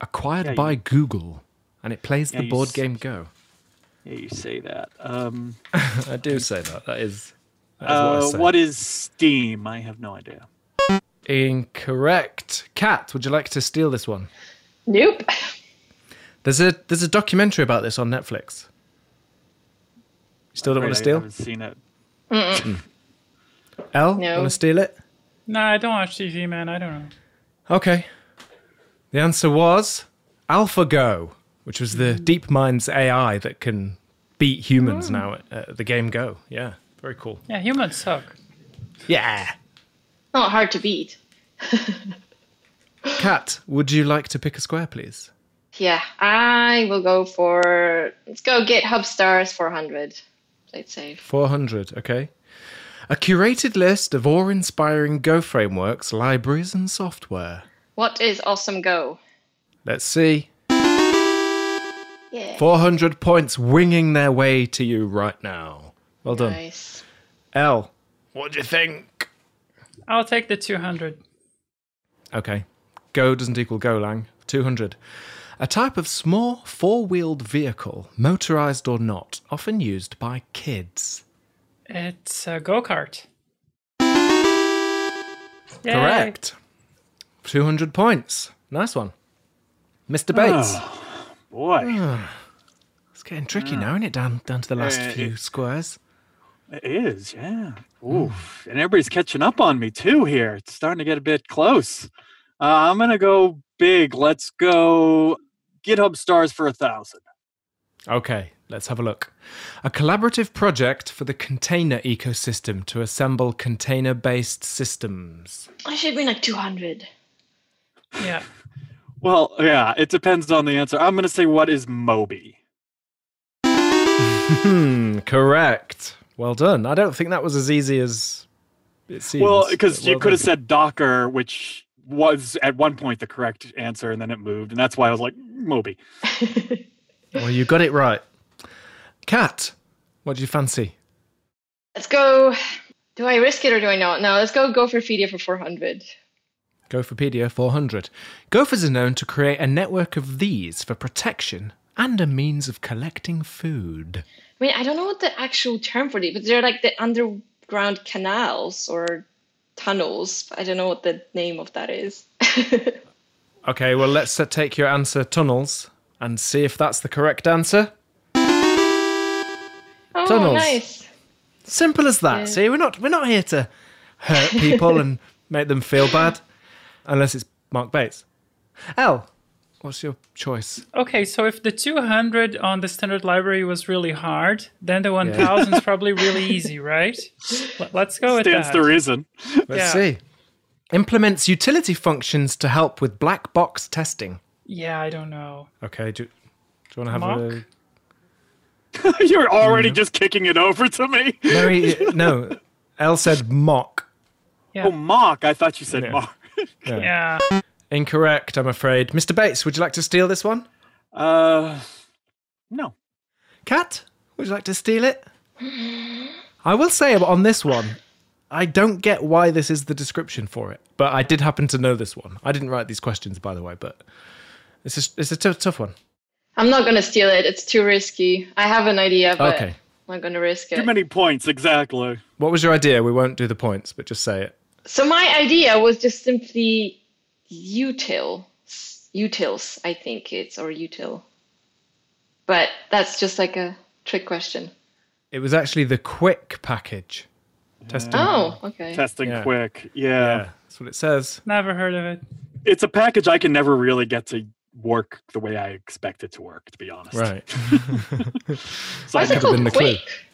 acquired Yeah, you- by Google, and it plays the you board s- game Go. Yeah, you say that. Um, I do say that. That is, that is what I uh, say. what is Steam? I have no idea. Incorrect. Kat, would you like to steal this one? Nope. There's a there's a documentary about this on Netflix. You still don't want Right, to I steal? haven't seen it. L, No. want to steal it? No, I don't watch TV, man. I don't know. Okay. The answer was AlphaGo, which was the DeepMind's AI that can beat humans now at, at the game Go. Yeah, very cool. Yeah, humans suck. Yeah. Not hard to beat. Kat, would you like to pick a square, please? Yeah, I will go for let's go GitHub stars 400. Play it safe. 400, okay. A curated list of awe inspiring Go frameworks, libraries, and software. What is awesome go? Let's see. Yeah. 400 points winging their way to you right now. Well done. Nice. L, what do you think? I'll take the 200. Okay. Go doesn't equal Golang. 200. A type of small four wheeled vehicle, motorized or not, often used by kids. It's a go kart. Correct. 200 points. Nice one. Mr. Bates. Boy, It's getting tricky now, isn't it? Down, down to the last Uh, few squares. it is. Yeah. Hmm. Oof. And everybody's catching up on me too here. It's starting to get a bit close. Uh, I'm gonna go big. Let's go GitHub stars for a thousand. Okay, let's have a look. A collaborative project for the container ecosystem to assemble container based systems. I should win like 200. Yeah. Well, yeah, it depends on the answer. I'm going to say what is Moby? Hmm, correct. Well done. I don't think that was as easy as it seems. Well, because but you well could have done. said Docker, which was at one point the correct answer, and then it moved, and that's why I was like Moby. Well, you got it right. Cat, what do you fancy? Let's go. Do I risk it or do I not? No, let's go go for Fedia for 400. Gopherpedia 400. Gophers are known to create a network of these for protection and a means of collecting food. I mean, I don't know what the actual term for these, but they're like the underground canals or tunnels. I don't know what the name of that is. Okay, well, let's uh, take your answer, tunnels, and see if that's the correct answer. oh, Tunnels. nice. Simple as that. See, we're not we're not here to hurt people and make them feel bad, unless it's Mark Bates. L, what's your choice? Okay, so if the 200 on the standard library was really hard, then the 1000 is probably really easy, right? Let- Let's go with Stands that. to reason. Let's Yeah. see. Implements utility functions to help with black box testing. Yeah, I don't know. Okay, do, do you want to have Mark? You're already just kicking it over to me. a no? He, no, L said mock. Oh, mock! I thought you said Yeah. mock. Yeah. Incorrect, I'm afraid. Mr. Bates, would you like to steal this one? Uh, no. Cat, would you like to steal it? I will say on this one, I don't get why this is the description for it, but I did happen to know this one. I didn't write these questions, by the way, but it's a, it's a tou- tough one. I'm not going to steal it. It's too risky. I have an idea, but Okay. I'm not going to risk Too it. many points, exactly. What was your idea? We won't do the points, but just say it. So my idea was just simply util. Utils, I think it's, or util. But that's just like a trick question. It was actually the quick package. Testing. Oh, okay. Testing Yeah. quick. yeah. Yeah, that's what it says. Never heard of it. It's a package I can never really get to work the way I expect it to work, to be honest. Right. So I Why is it never- could've been called the clue. quick?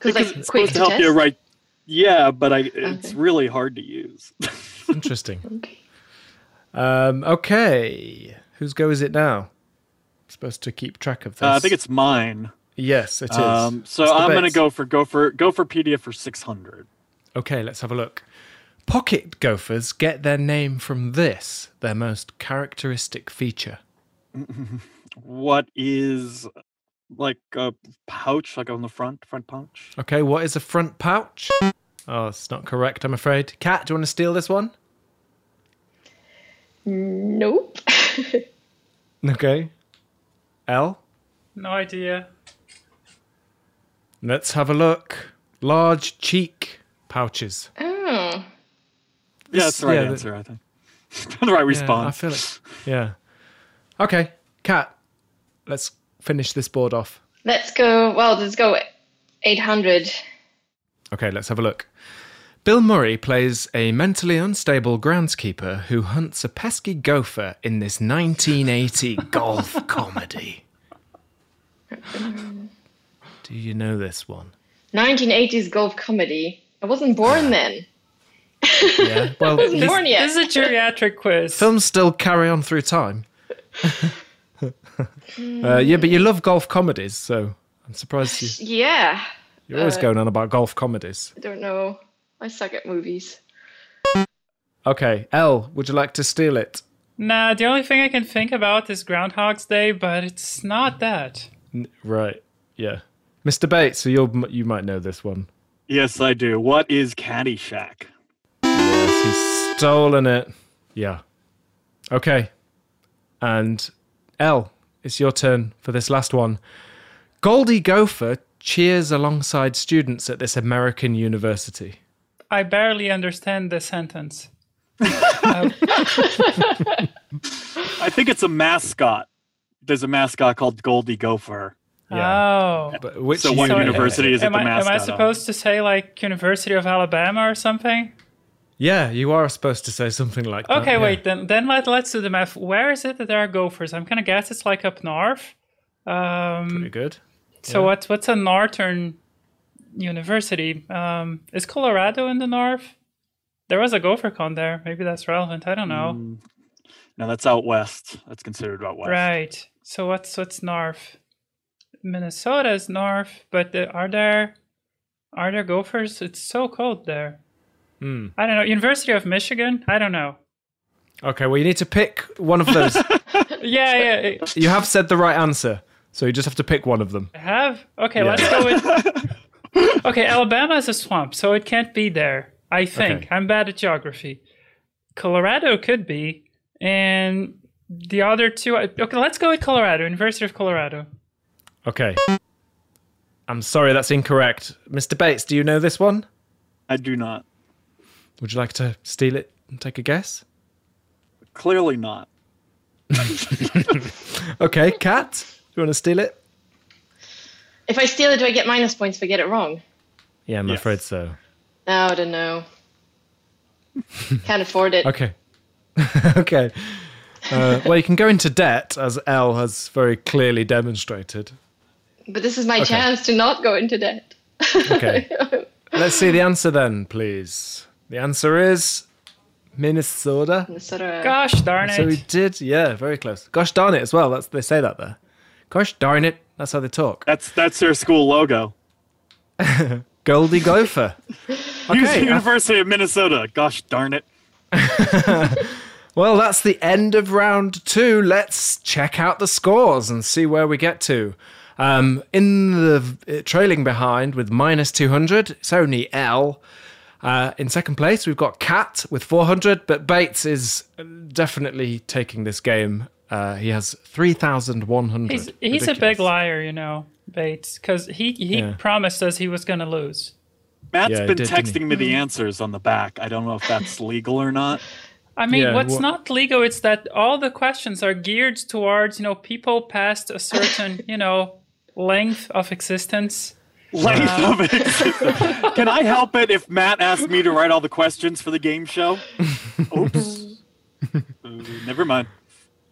Because like it's quick supposed to help you test? right. Yeah, but I, it's Okay. really hard to use. Interesting. Okay. Um, okay. Whose go is it now? Supposed to keep track of this. Uh, I think it's mine. Yes, it is. Um, so Mr. I'm going to Bates. go for go for go for PDF for 600. Okay, let's have a look. Pocket gophers get their name from this, their most characteristic feature. What is like a pouch like on the front front pouch? Okay, what is a front pouch? Oh, it's not correct, I'm afraid. Cat, do you want to steal this one? Nope. Okay. L? No idea. Let's have a look. Large cheek pouches. oh. Yeah, that's the right yeah, answer, I think. the I right response. feel it. Yeah. Okay, Cat, let's finish this board off. Let's go. Well, let's go 800. Okay, let's have a look. Bill Murray plays a mentally unstable groundskeeper who hunts a pesky gopher in this 1980 golf comedy. Do you know this one? 1980s golf comedy. I wasn't born then. Yeah. Well, Wasn't born yet. This is a geriatric quiz. films still carry on through time. uh, yeah, but you love golf comedies, so I'm surprised you, yeah. you're always going on about golf comedies. I don't know. I suck at movies. Okay, L, would you like to steal it? Nah, the only thing I can think about is Groundhog's Day, but it's not that. Right. Yeah. Mr. Bates, so you'll you might know this one. Yes, I do. What is Caddyshack? Yes, he's stolen it. Yeah. Okay. And L, it's your turn for this last one. Goldie Gopher cheers alongside students at this American university. I barely understand the sentence. I think it's a mascot. There's a mascot called Goldie Gopher. Yeah. Oh. but which Uh, So what So- university is it am, the I, am mascot? I of? supposed to say like University of Alabama or something? Yeah, you are supposed to say something like that. Oh, Okay, yeah. wait. Then then let let's do the math. Where is it that there are gophers? I'm gonna guess it's like up north. Um, Pretty good. so what's what's a northern university? Um, is Colorado in the north? There was a gopher con there. Maybe that's relevant. I don't know. Mm. No, that's out west. That's considered out west. Right. So what's what's north? Minnesota is north, but the, are there are there gophers? It's so cold there. Hmm. I don't know. University of Michigan? I don't know. Okay, well, you need to pick one of those. Yeah, yeah. it- you have said the right answer, so you just have to pick one of them. I have? Okay, let's go with Okay, Alabama is a swamp, so it can't be there. I think. Okay. I'm bad at geography. Colorado could be. And the other two okay, let's go with Colorado, University of Colorado. Okay. I'm sorry, that's incorrect. Mr. Bates, do you know this one? I do not. Would you like to steal it and take a guess? Clearly not. Okay, Cat, do you want to steal it? If I steal it, do I get minus points if I get it wrong? Yeah, I'm Yes. afraid so. No, I don't know. Can't afford it. Okay. okay. Uh, well, you can go into debt, as L has very clearly demonstrated. But this is my chance to not go into debt. Okay. Let's see the answer then, please. The answer is Minnesota. Sort of- Gosh darn it. So we did, yeah, very close. Gosh darn it, as well. That's they say that there. Gosh darn it, that's how they talk. That's that's their school logo. Goldie Gopher. Use Okay, I- University of Minnesota. Gosh darn it. Well, that's the end of round two. Let's check out the scores and see where we get to. Um, in the uh, trailing behind with minus 200, it's only L. Uh, in second place, we've got Cat with 400, but Bates is definitely taking this game. Uh, he has 3,100. He's, he's a Ridiculous. big liar, you know, Bates, because he, he Yeah. promised us he was going to lose. Matt's Yeah, he been did, didn't he? texting me the answers on the back. I don't know if that's legal or not. I mean, Yeah, what's wha- not legal is that all the questions are geared towards, you know, people past a certain, you know, length of existence. Length of it. Can I help it if Matt asked me to write all the questions for the game show? Oops. Uh, never mind.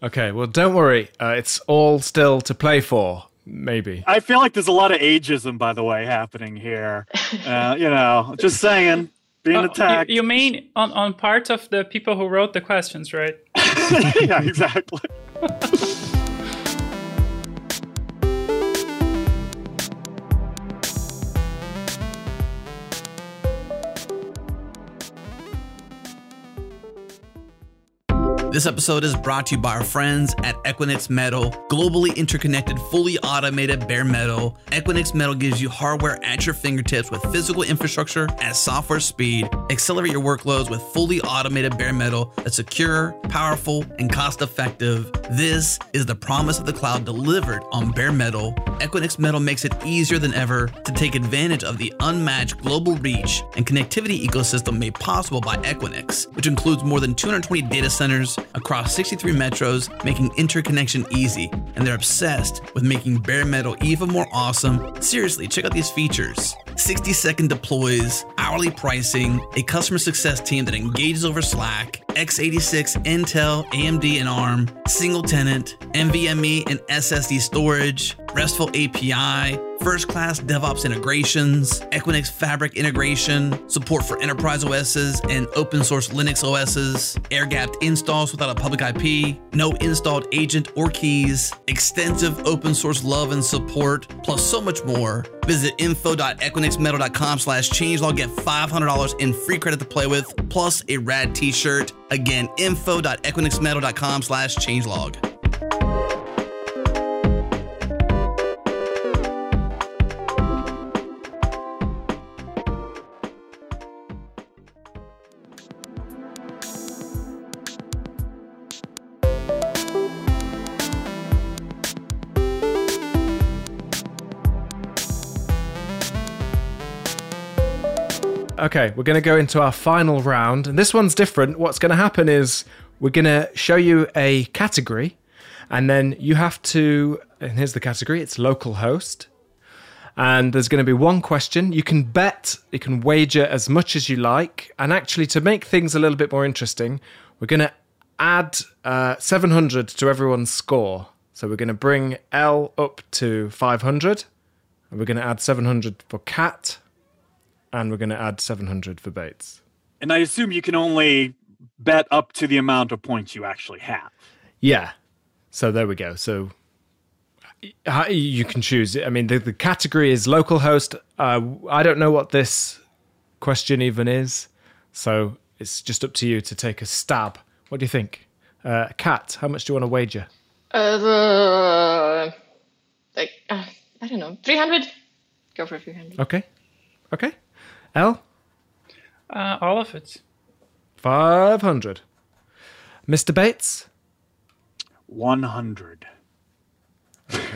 Okay, well, don't worry. Uh, it's all still to play for, maybe. I feel like there's a lot of ageism, by the way, happening here. Uh, you know, just saying, being Oh, You, attacked. you mean on, on part of the people who wrote the questions, right? yeah, exactly. This episode is brought to you by our friends at Equinix Metal, globally interconnected, fully automated bare metal. Equinix Metal gives you hardware at your fingertips with physical infrastructure at software speed. Accelerate your workloads with fully automated bare metal that's secure, powerful, and cost effective. This is the promise of the cloud delivered on bare metal. Equinix Metal makes it easier than ever to take advantage of the unmatched global reach and connectivity ecosystem made possible by Equinix, which includes more than 220 data centers across 63 metros, making interconnection easy. And they're obsessed with making bare metal even more awesome. Seriously, check out these features 60 second deploys, hourly pricing, a customer success team that engages over Slack, x86, Intel, AMD, and ARM, single tenant, NVMe E, and SSD storage, RESTful API, first class DevOps integrations, Equinix Fabric integration, support for enterprise OSs and open source Linux OSs, air gapped installs without a public IP, no installed agent or keys, extensive open source love and support, plus so much more. Visit info.equinixmetal.com slash changelog, get $500 in free credit to play with, plus a rad t-shirt. Again, info.equinixmetal.com slash changelog. Okay, we're going to go into our final round, and this one's different. What's going to happen is we're going to show you a category, and then you have to. And here's the category: it's local host, And there's going to be one question. You can bet, you can wager as much as you like. And actually, to make things a little bit more interesting, we're going to add uh, 700 to everyone's score. So we're going to bring L up to 500. And we're going to add 700 for Cat. And we're going to add 700 for Bates. And I assume you can only bet up to the amount of points you actually have. Yeah. So there we go. So uh, you can choose. I mean, the, the category is local host. Uh, I don't know what this question even is. So it's just up to you to take a stab. What do you think? Uh, Kat, how much do you want to wager? Uh, like, uh, I don't know. 300? Go for 300. Okay. Okay. L? Uh, all of it. 500. Mr. Bates? 100. Okay.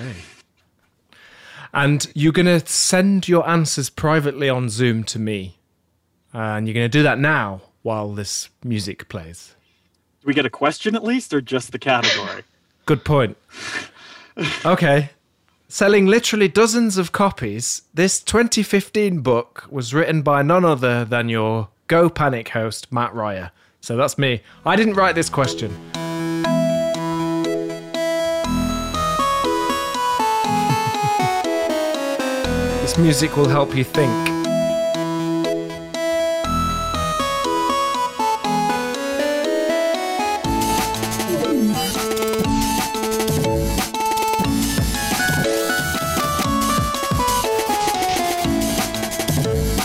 And you're going to send your answers privately on Zoom to me. And you're going to do that now while this music plays. Do we get a question at least, or just the category? Good point. Okay. Selling literally dozens of copies, this 2015 book was written by none other than your Go Panic host, Matt Ryer. So that's me. I didn't write this question. This music will help you think.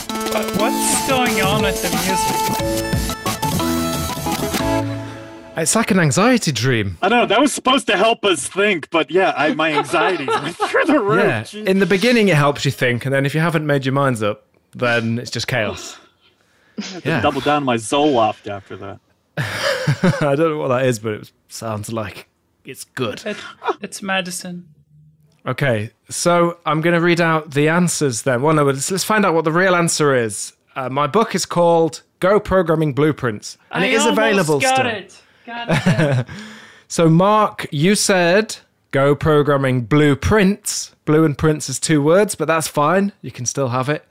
But what's going on with the music? It's like an anxiety dream. I don't know. That was supposed to help us think, but yeah, I, my anxiety went through the roof. Yeah. Jeez. In the beginning, it helps you think, and then if you haven't made your minds up, then it's just chaos. Yeah. Double down my Zoloft after that. I don't know what that is, but it sounds like it's good. It, it's medicine. Okay, so I'm going to read out the answers then. Well, no, let's, let's find out what the real answer is. Uh, my book is called Go Programming Blueprints, and I it is almost available got still. It. Got it. So, Mark, you said Go Programming Blueprints. Blue and Prints is two words, but that's fine. You can still have it.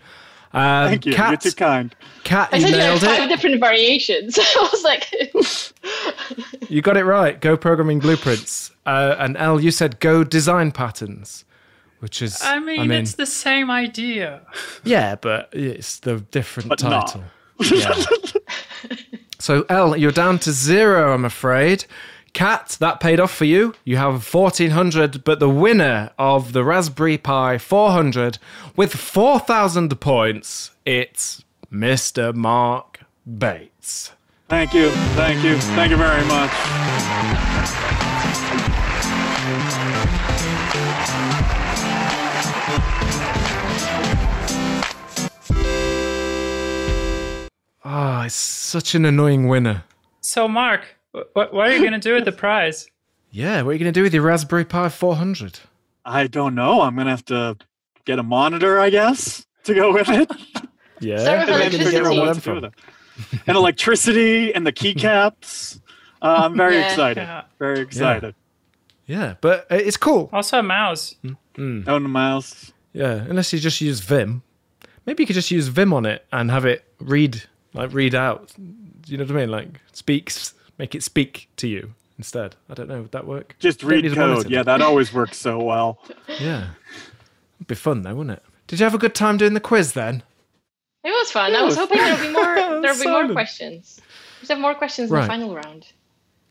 Um, Thank you. Kat, You're too kind. Kat, I you said you had nailed five it. different variations. I was like, You got it right. Go programming blueprints. Uh, and L, you said go design patterns, which is I mean, it's the same idea. yeah, but it's the different But not. title. Yeah. so L, you're down to zero, I'm afraid. Kat, that paid off for you. You have 1400, but the winner of the Raspberry Pi 400 with 4000 points, it's Mr. Mark Bates. Thank you. Thank you. Thank you very much. Ah, it's such an annoying winner. So, Mark, wh- what, what are you going to do with the prize? Yeah, what are you going to do with your Raspberry Pi 400? I don't know. I'm gonna have to get a monitor, I guess, to go with it. Yeah. And Start with Where then did you figure out all what them to do from? with it. And electricity and the keycaps. Uh, I'm very Yeah. excited. Yeah. Very excited. Yeah, but uh, it's cool. Also, a mouse. Hmm. Own the mouse. Yeah, unless you just use Vim. Maybe you could just use Vim on it and have it read, like read out. Do you know what I mean? Like speaks, make it speak to you instead. I don't know. Would that work? Just Don't read need a code. monitor. Yeah, that always works so well. Yeah. It'd be fun though, wouldn't it? Did you have a good time doing the quiz then? It was fun. I was hoping there'll be more. There'll be more Solid. questions. We should have more questions Right. in the final round.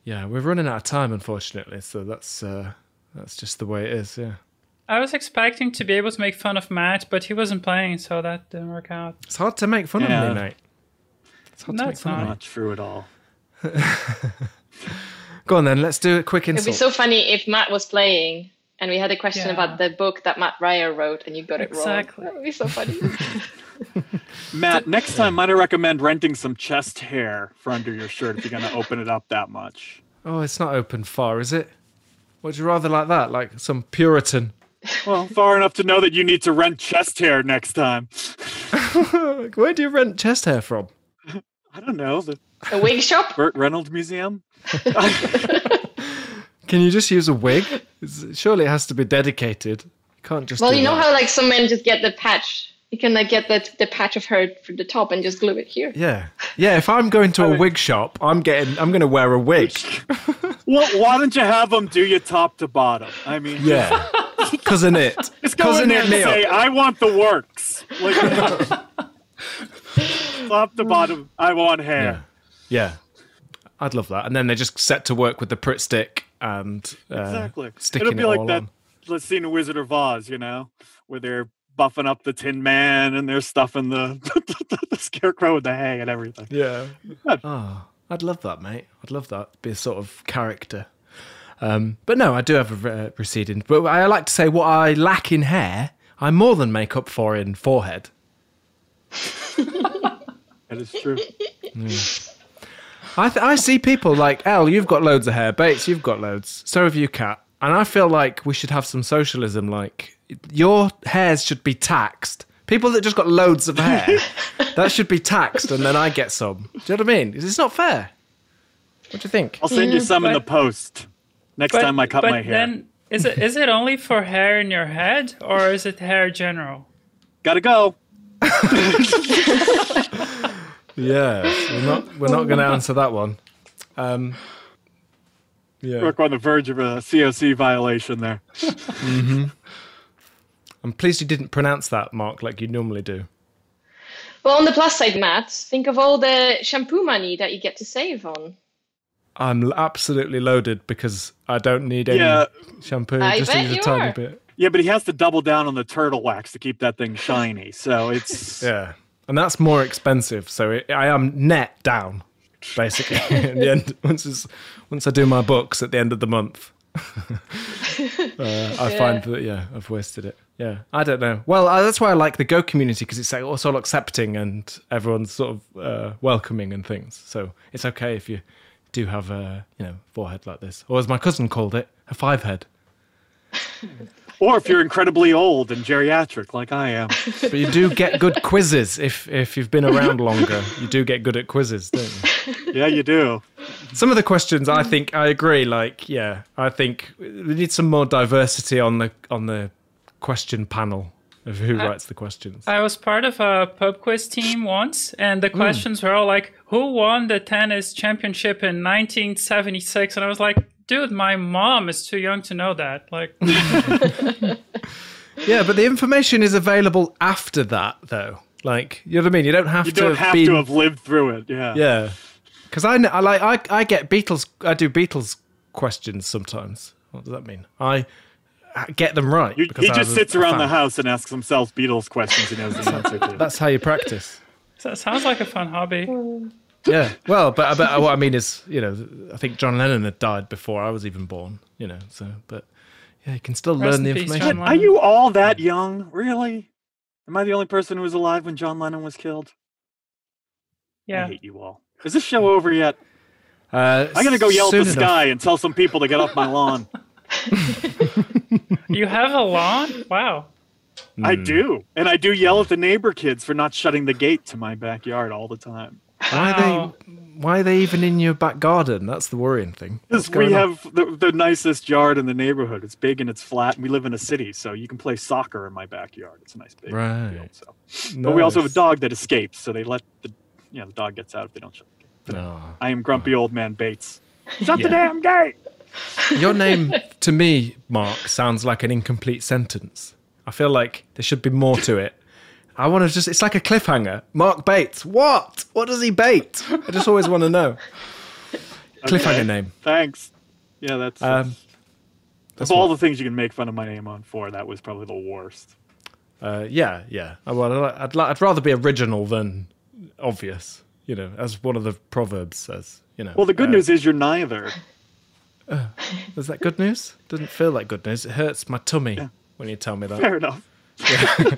Yeah, we're running out of time unfortunately, so that's uh, that's just the way it is. Yeah. I was expecting to be able to make fun of Matt, but he wasn't playing, so that didn't work out. It's hard to make fun Yeah. of me, mate. It's hard No, to make it's fun of me. Not true at all. Go on then. Let's do a quick It'd be insult. so funny if Matt was playing and we had a question Yeah. about the book that Matt Ryer wrote and you got it Exactly. wrong. That would be so funny. Matt, next time, might I recommend renting some chest hair for under your shirt if you're going to open it up that much? Oh, it's not open far, is it? Would you rather like that, like some Puritan? Well, far enough to know that you need to rent chest hair next time. Like, Where do you rent chest hair from? I don't know, the a wig shop? Burt Reynolds Museum? Can you just use a wig? It's- Surely it has to be dedicated. You Can't just. Well, do you know that. how like some men just get the patch. You can like get that the patch of her for the top and just glue it here. Yeah, yeah. If I'm going to a wig shop, I'm getting. I'm going to wear a wig. Why, why don't you have them do you top to bottom? I mean, Yeah, cousin it. just go in Cousin there it and me say, up. "I want the works." Like, top to bottom, I want hair. Yeah, I'd love that. And then they just set to work with the Pritt stick and uh, Exactly. sticking It'll be it like all that on. let's see in a Wizard of Oz, you know, where they're buffing up the Tin Man and they're stuffing the the, scarecrow with the hay and everything. Yeah. Oh, I'd love that, mate. I'd love that. Be a sort of character. Um, but no, I do have a uh, proceeding. But I like to say what I lack in hair, I more than make up for in forehead. That is true. I, th- I see people like El, you've got loads of hair. Bates, you've got loads. So have you, Kat. And I feel like we should have some socialism. Like your hairs should be taxed. People that just got loads of hair, that should be taxed, and then I get some. Do you know what I mean? It's not fair. What do you think? I'll send you some in the Mm, but- post next time I cut but my hair. then is it is it only for hair in your head or is it hair general? Gotta go. Yeah, we're not we're not going to answer that one. Um, yeah, We're on the verge of a COC violation there. I'm pleased you didn't pronounce that, Mark, like you normally do. Well, on the plus side, Matt, think of all the shampoo money that you get to save on. I'm l- absolutely loaded because I don't need any Yeah. shampoo. I just bet need a you tiny are. bit. Yeah, but he has to double down on the turtle wax to keep that thing shiny. So it's Yeah, and that's more expensive. So it, I am net down basically. at the end, once it's, once I do my books at the end of the month, uh, I find that yeah, I've wasted it. Yeah, I don't know. Well, uh, that's why I like the Go community because it's like also all accepting and everyone's sort of uh, welcoming and things. So it's okay if you do have a you know forehead like this, or as my cousin called it, a five head. or if you're incredibly old and geriatric like I am. But you do get good quizzes if if you've been around longer. You do get good at quizzes, don't you? Yeah, you do. some of the questions Mm. i think i agree like yeah i think we need some more diversity on the on the question panel of who Uh, writes the questions I was part of a pub quiz team once, and the questions were all like, "Who won the tennis championship in 1976?" And I was like, "Dude, my mom is too young to know that." Like, yeah but the information is available after that though like you know what i mean you don't have You to don't have be to have lived through it. Yeah. yeah because I, kn- I like I, I get beatles i do beatles questions sometimes what does that mean i uh, get them right You, because he I just was sits a around the fan. house and asks himself Beatles questions he knows the answer to. that's how you practice so it sounds like a fun hobby. Yeah. Well, but, but what I mean is, you know, I think John Lennon had died before I was even born, you know, so, but yeah, you can still Rest learn the in peace, information. John Are you all that young? Really? Am I the only person who was alive when John Lennon was killed? I Yeah, hate you all. Is this show over yet? Uh, I'm gonna go yell at soon the enough. sky and tell some people to get off my lawn. you have a lawn? Wow. I Hmm. do, and I do yell at the neighbor kids for not shutting the gate to my backyard all the time. Why are Wow. they, why are they even in your back garden? That's the worrying thing. Because going we on? have the, the nicest yard in the neighborhood. It's big and it's flat. And we live in a city, so you can play soccer in my backyard. It's a nice big Right. field. So. But we also have a Nice. dog that escapes, so they let the you know the dog gets out if they don't shut the gate. Oh. I am grumpy old man Bates. Shut the damn gate! Your name to me, Mark, sounds like an incomplete sentence. I feel like there should be more to it. I want to just, it's like a cliffhanger. Mark Bates. What? What does he bait? I just always want to know. Cliffhanger name. Thanks. Yeah, that's, Um, that's- of all the things you can make fun of my name on for, that was probably the worst. Uh, yeah, yeah. I- Well, I'd, li- I'd, li- I'd rather be original than obvious, you know, as one of the proverbs says, you know. Well, the good Uh, news is you're neither. Is that good news? Doesn't feel like good news. It hurts my tummy when you tell me that. Fair enough.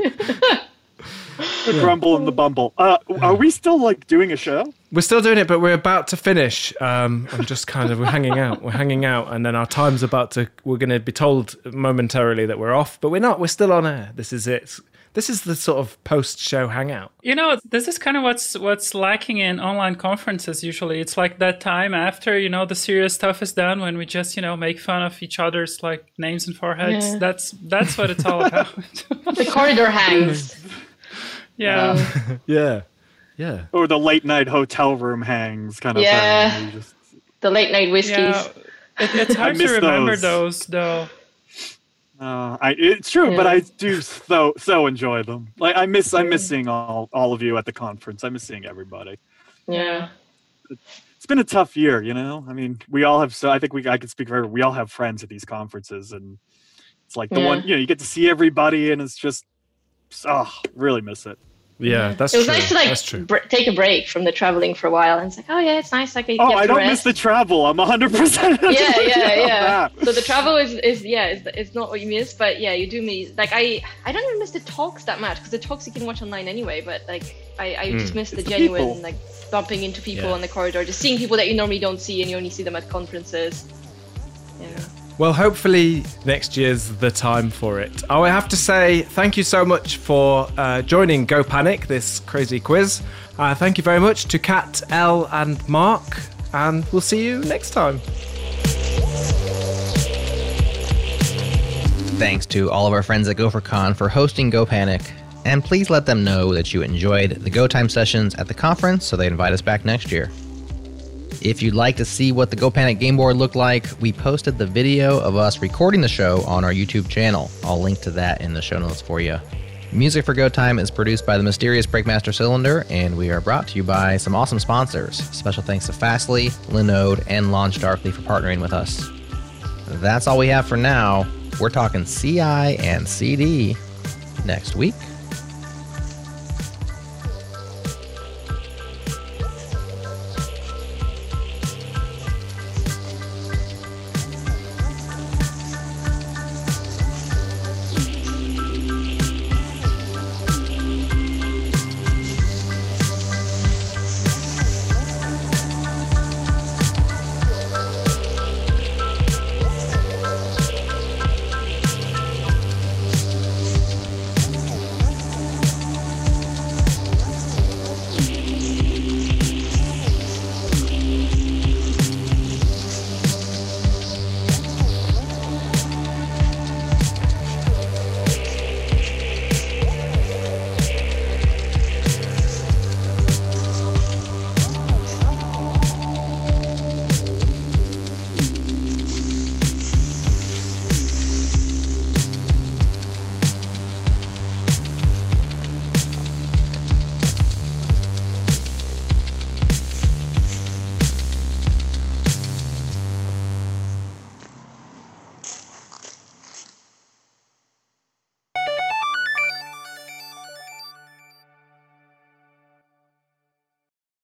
the grumble and the bumble. Uh, are we still like doing a show? We're still doing it, but we're about to finish. Um, I'm just kind of, we're hanging out. We're hanging out, and then our time's about to, we're going to be told momentarily that we're off, but we're not. We're still on air. This is it. This is the sort of post-show hangout. You know, this is kind of what's what's lacking in online conferences usually. It's like that time after, you know, the serious stuff is done when we just, you know, make fun of each other's like names and foreheads. Yeah. That's that's what it's all about. The corridor hangs. yeah. Yeah, yeah. or the late night hotel room hangs kind of Yeah. thing. You just- The late night whiskeys. yeah. It, it's hard to miss remember those. those though. Uh, I, it's true, but Yeah. I do so so enjoy them. Like I miss I miss seeing all all of you at the conference. I miss seeing everybody. yeah. It's been a tough year, you know. I mean, we all have. So I think we I could speak for everyone. We all have friends at these conferences, and it's like the Yeah. one you know you get to see everybody, and it's just oh really miss it. Yeah, that's It was true. nice to that's true. like br- take a break from the traveling for a while, and it's like, oh yeah, it's nice. Like I Oh, get I to don't miss rest. the travel. I'm 100. percent yeah, yeah, yeah. So the travel is, is yeah, is it's not what you miss, but yeah, you do miss. Like I, I don't even miss the talks that much because the talks you can watch online anyway. But like I, I just miss the It's the genuine people. like bumping into people Yeah. on the corridor, just seeing people that you normally don't see and you only see them at conferences. Yeah. Well, hopefully next year's the time for it. Oh, I would have to say thank you so much for uh, joining Go Panic, this crazy quiz. Uh, thank you very much to Kat, Elle, and Mark, and we'll see you next time. Thanks to all of our friends at GopherCon for hosting Go Panic, and please let them know that you enjoyed the Go Time sessions at the conference so they invite us back next year. If you'd like to see what the Go Panic game board looked like, we posted the video of us recording the show on our YouTube channel. I'll link to that in the show notes for you. Music for Go Time is produced by the mysterious Breakmaster Cylinder, and we are brought to you by some awesome sponsors. Special thanks to Fastly, Linode, and Launch Darkly for partnering with us. That's all we have for now. We're talking CI and CD next week.